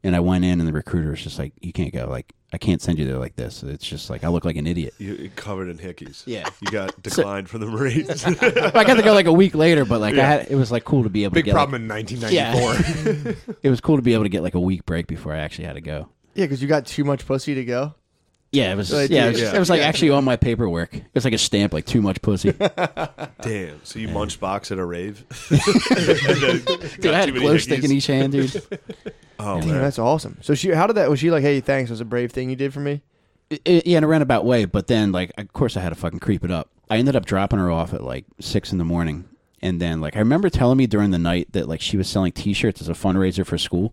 And I went in and the recruiter was just like, You can't go. Like I can't send you there like this. It's just like I look like an idiot. You you're covered in hickeys. Yeah. you got declined from the Marines. I got to go like a week later, but like I had it was like cool to be able Big to get like- problem in yeah. 1994. it was cool to be able to get like a week break before I actually had to go. Yeah, because you got too much pussy to go. Yeah, it was Right, yeah, it dude. was, Yeah. it was like actually on my paperwork. It was like a stamp, like too much pussy. Damn. So you munch box at a rave? Dude, I had a glow stick in each hand, dude. Oh Damn, man. that's awesome. So she, how did that? Was she like, "Hey, thanks, it was a brave thing you did for me"? I- I- yeah, in a roundabout way. But then, like, of course, I had to fucking creep it up. I ended up dropping her off at like six in the morning, and then like I remember telling me during the night that like she was selling T-shirts as a fundraiser for school,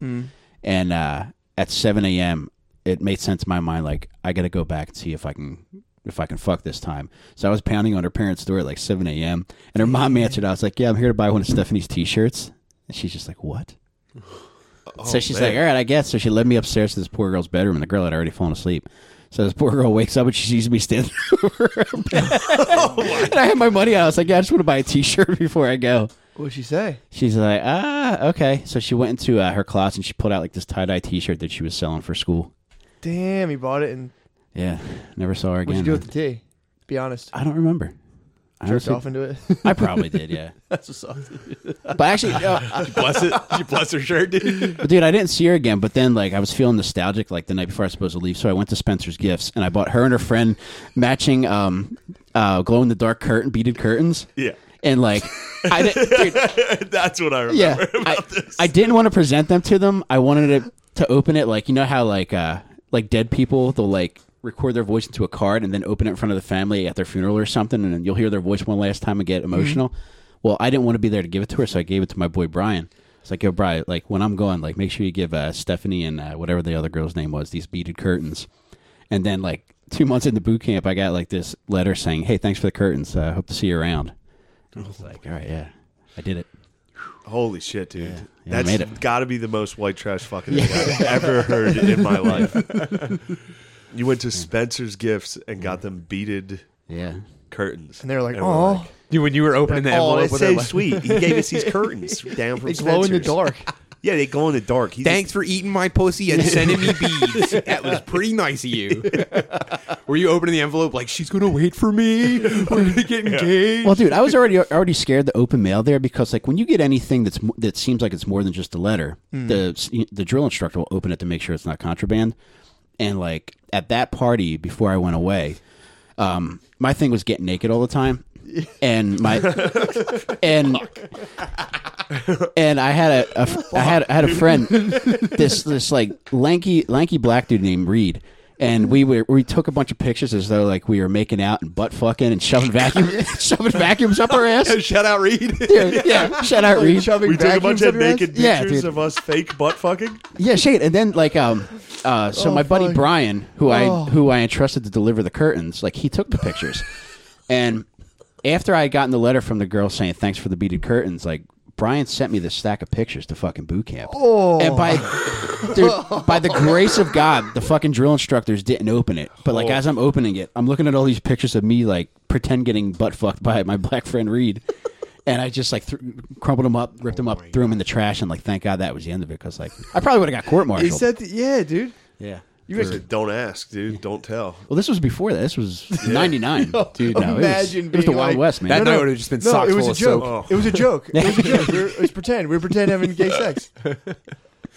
and uh, at seven a.m. it made sense in my mind like I got to go back and see if I can. If I can fuck this time, so I was pounding on her parents' door at like 7 a.m. and her mom answered. I was like, "Yeah, I'm here to buy one of Stephanie's T-shirts," and she's just like, "What?" Oh, so she's like, all right, I guess. So she led me upstairs to this poor girl's bedroom, and the girl had already fallen asleep. So this poor girl wakes up and she sees me standing over her bed. Oh, and I had my money out. I was like, yeah, I just want to buy a T-shirt before I go. What'd she say? She's like, ah, okay. So she went into uh, her closet and she pulled out like this tie-dye T-shirt that she was selling for school. Damn, you bought it, and Yeah, never saw her again. what'd you do man. with the tea? Be honest. I don't remember. I, Jerked honestly- off into it. I probably did, yeah. That's what's up. But actually, uh, Did you bless it? Did you bless her shirt, dude? But dude, I didn't see her again. But then, like, I was feeling nostalgic, like the night before I was supposed to leave. So I went to Spencer's Gifts and I bought her and her friend matching um, uh, glow in the dark curtain beaded curtains. Yeah. And like, I didn't, dude, that's what I remember. yeah, I, I didn't want to present them to them. I wanted it to open it, like you know how like uh, like dead people they'll like record their voice into a card and then open it in front of the family at their funeral or something, and then you'll hear their voice one last time and get emotional. Well, I didn't want to be there to give it to her, so I gave it to my boy Brian. It's like, yo, Brian, like when I'm going, like make sure you give uh, Stephanie and uh, whatever the other girl's name was these beaded curtains. And then like two months into boot camp, I got like this letter saying, "Hey, thanks for the curtains. Uh, hope to see you around." And I was like, "All right, yeah, I did it." Holy shit, dude. Yeah, I That's made it. got to be the most white trash fucking thing I've ever heard in my life. you went to Spencer's Gifts and got them beaded Yeah. curtains. And they were like, we're "Oh, Dude, when you were opening the Oh, envelope it's with her so left- sweet. He gave us these curtains down from they glow in the Spencer's." dark." Yeah, they go in the dark. He Thanks for eating my pussy and sending me beads. That was pretty nice of you. Were you opening the envelope like she's gonna wait for me? We're gonna get engaged. Well, dude, I was already already scared the open mail there because like when you get anything that's mo- that seems like it's more than just a letter, the the drill instructor will open it to make sure it's not contraband. And like at that party before I went away, um, my thing was getting naked all the time, and my and and I had a, a f- I had I had a friend this this like lanky lanky black dude named Reed. And we were, we took a bunch of pictures as though like we were making out and butt fucking and shoving vacuum shoving vacuums up our ass. Shout out Reed. Yeah, yeah. Shout out Reed. Shoving We took a bunch vacuums of up your ass? naked Yeah, pictures dude. of us fake butt fucking. Yeah, shade. And then like um uh so my buddy Brian, who I who I entrusted to deliver the curtains, like he took the pictures. and after I had gotten the letter from the girl saying thanks for the beaded curtains, like Brian sent me this stack of pictures to fucking boot camp. Oh. And by dude, by the grace of God, the fucking drill instructors didn't open it. But Oh. like as I'm opening it, I'm looking at all these pictures of me like pretend getting butt fucked by my black friend Reed. And I just like threw crumpled them up, ripped them Oh up, threw them in the trash, and like thank God that was the end of it because like I probably would have got court He martialed. said, that- "Yeah, dude." yeah. Don't ask, dude. Don't tell. Well, this was before that. This was '99, dude. No, Oh, imagine it was, it was the being Wild like- West, man. That night would have just been No, socks it was full a of joke. soap. It was a joke. It was a joke. We were, it was pretend. We were pretend having gay sex.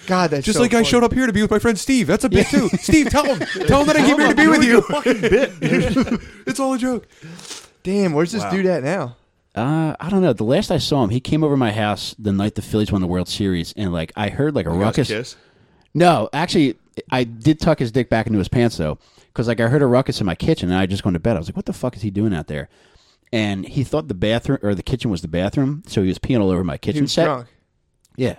God, that's Just like I showed up here to be with my friend Steve. That's a bit too. Steve, tell him. Tell him that I came here to be with you. it's all a joke. Damn, where's this dude at now? Uh, I don't know. The last I saw him, he came over to my house the night the Phillies won the World Series, and like I heard like a ruckus. Kiss. No, actually, I did tuck his dick back into his pants though, because like I heard a ruckus in my kitchen, and I just went to bed. I was like, "What the fuck is he doing out there?" And he thought the bathroom or the kitchen was the bathroom, so he was peeing all over my kitchen He was set. drunk. Yeah.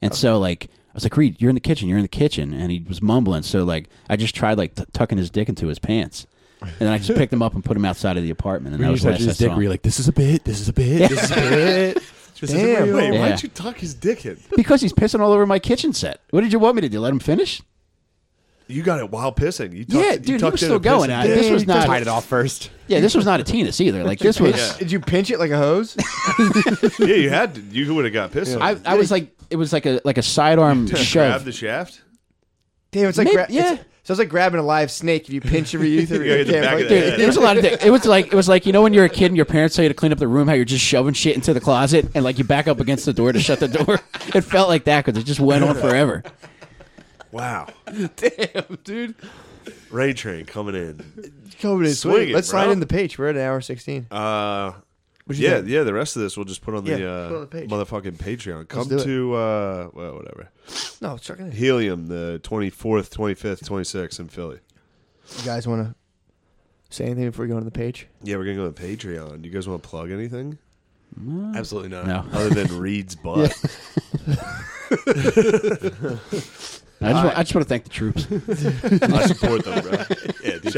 And so like I was like, Reed, you're in the kitchen, you're in the kitchen, and he was mumbling. So like I just tried like t- tucking his dick into his pants, and then I just picked him up and put him outside of the apartment, and that was the last I saw him. like, this is a bit. This is a bit. This is a bit. This is Damn. real. Wait, Yeah. why'd you tuck his dick in? because he's pissing all over my kitchen set. What did you want me to do? Let him finish? You got it while pissing. You tucked, yeah, you dude, he tucked was in still a piss going. and I, dick. this was not. Tied it off first. Yeah, this was not a penis either. Like this was. Did you pinch it like a hose? yeah, you had. To, you would have got pissed. on. I, I was like, it was like a like a sidearm grab shove. the shaft. Damn, it's like Maybe- gra- yeah. It's, so it's like grabbing a live snake if you pinch every youth. Yeah, hit the back of the Dude, there was a lot of dick. It was like it was like you know when you're a kid and your parents tell you to clean up the room, how you're just shoving shit into the closet and like you back up against the door to shut the door. It felt like that because it just went on forever. Wow, dude. rain train coming in. COVID is Swing sweet. it, Let's bro. slide in the page. We're at an hour sixteen. Uh, you yeah, think? yeah. The rest of this we'll just put on the, Yeah, uh, put on the page. motherfucking Patreon. Come do it. to uh, well, whatever. no, it's chucking it. You Helium, the twenty fourth, twenty fifth, twenty sixth in Philly. guys want to say anything before we go on the page? Yeah, we're gonna go to Patreon. You guys want to plug anything Absolutely not. No, other than Reed's butt? I just, want, I just want to thank the troops. I support them, bro. Yeah, dude.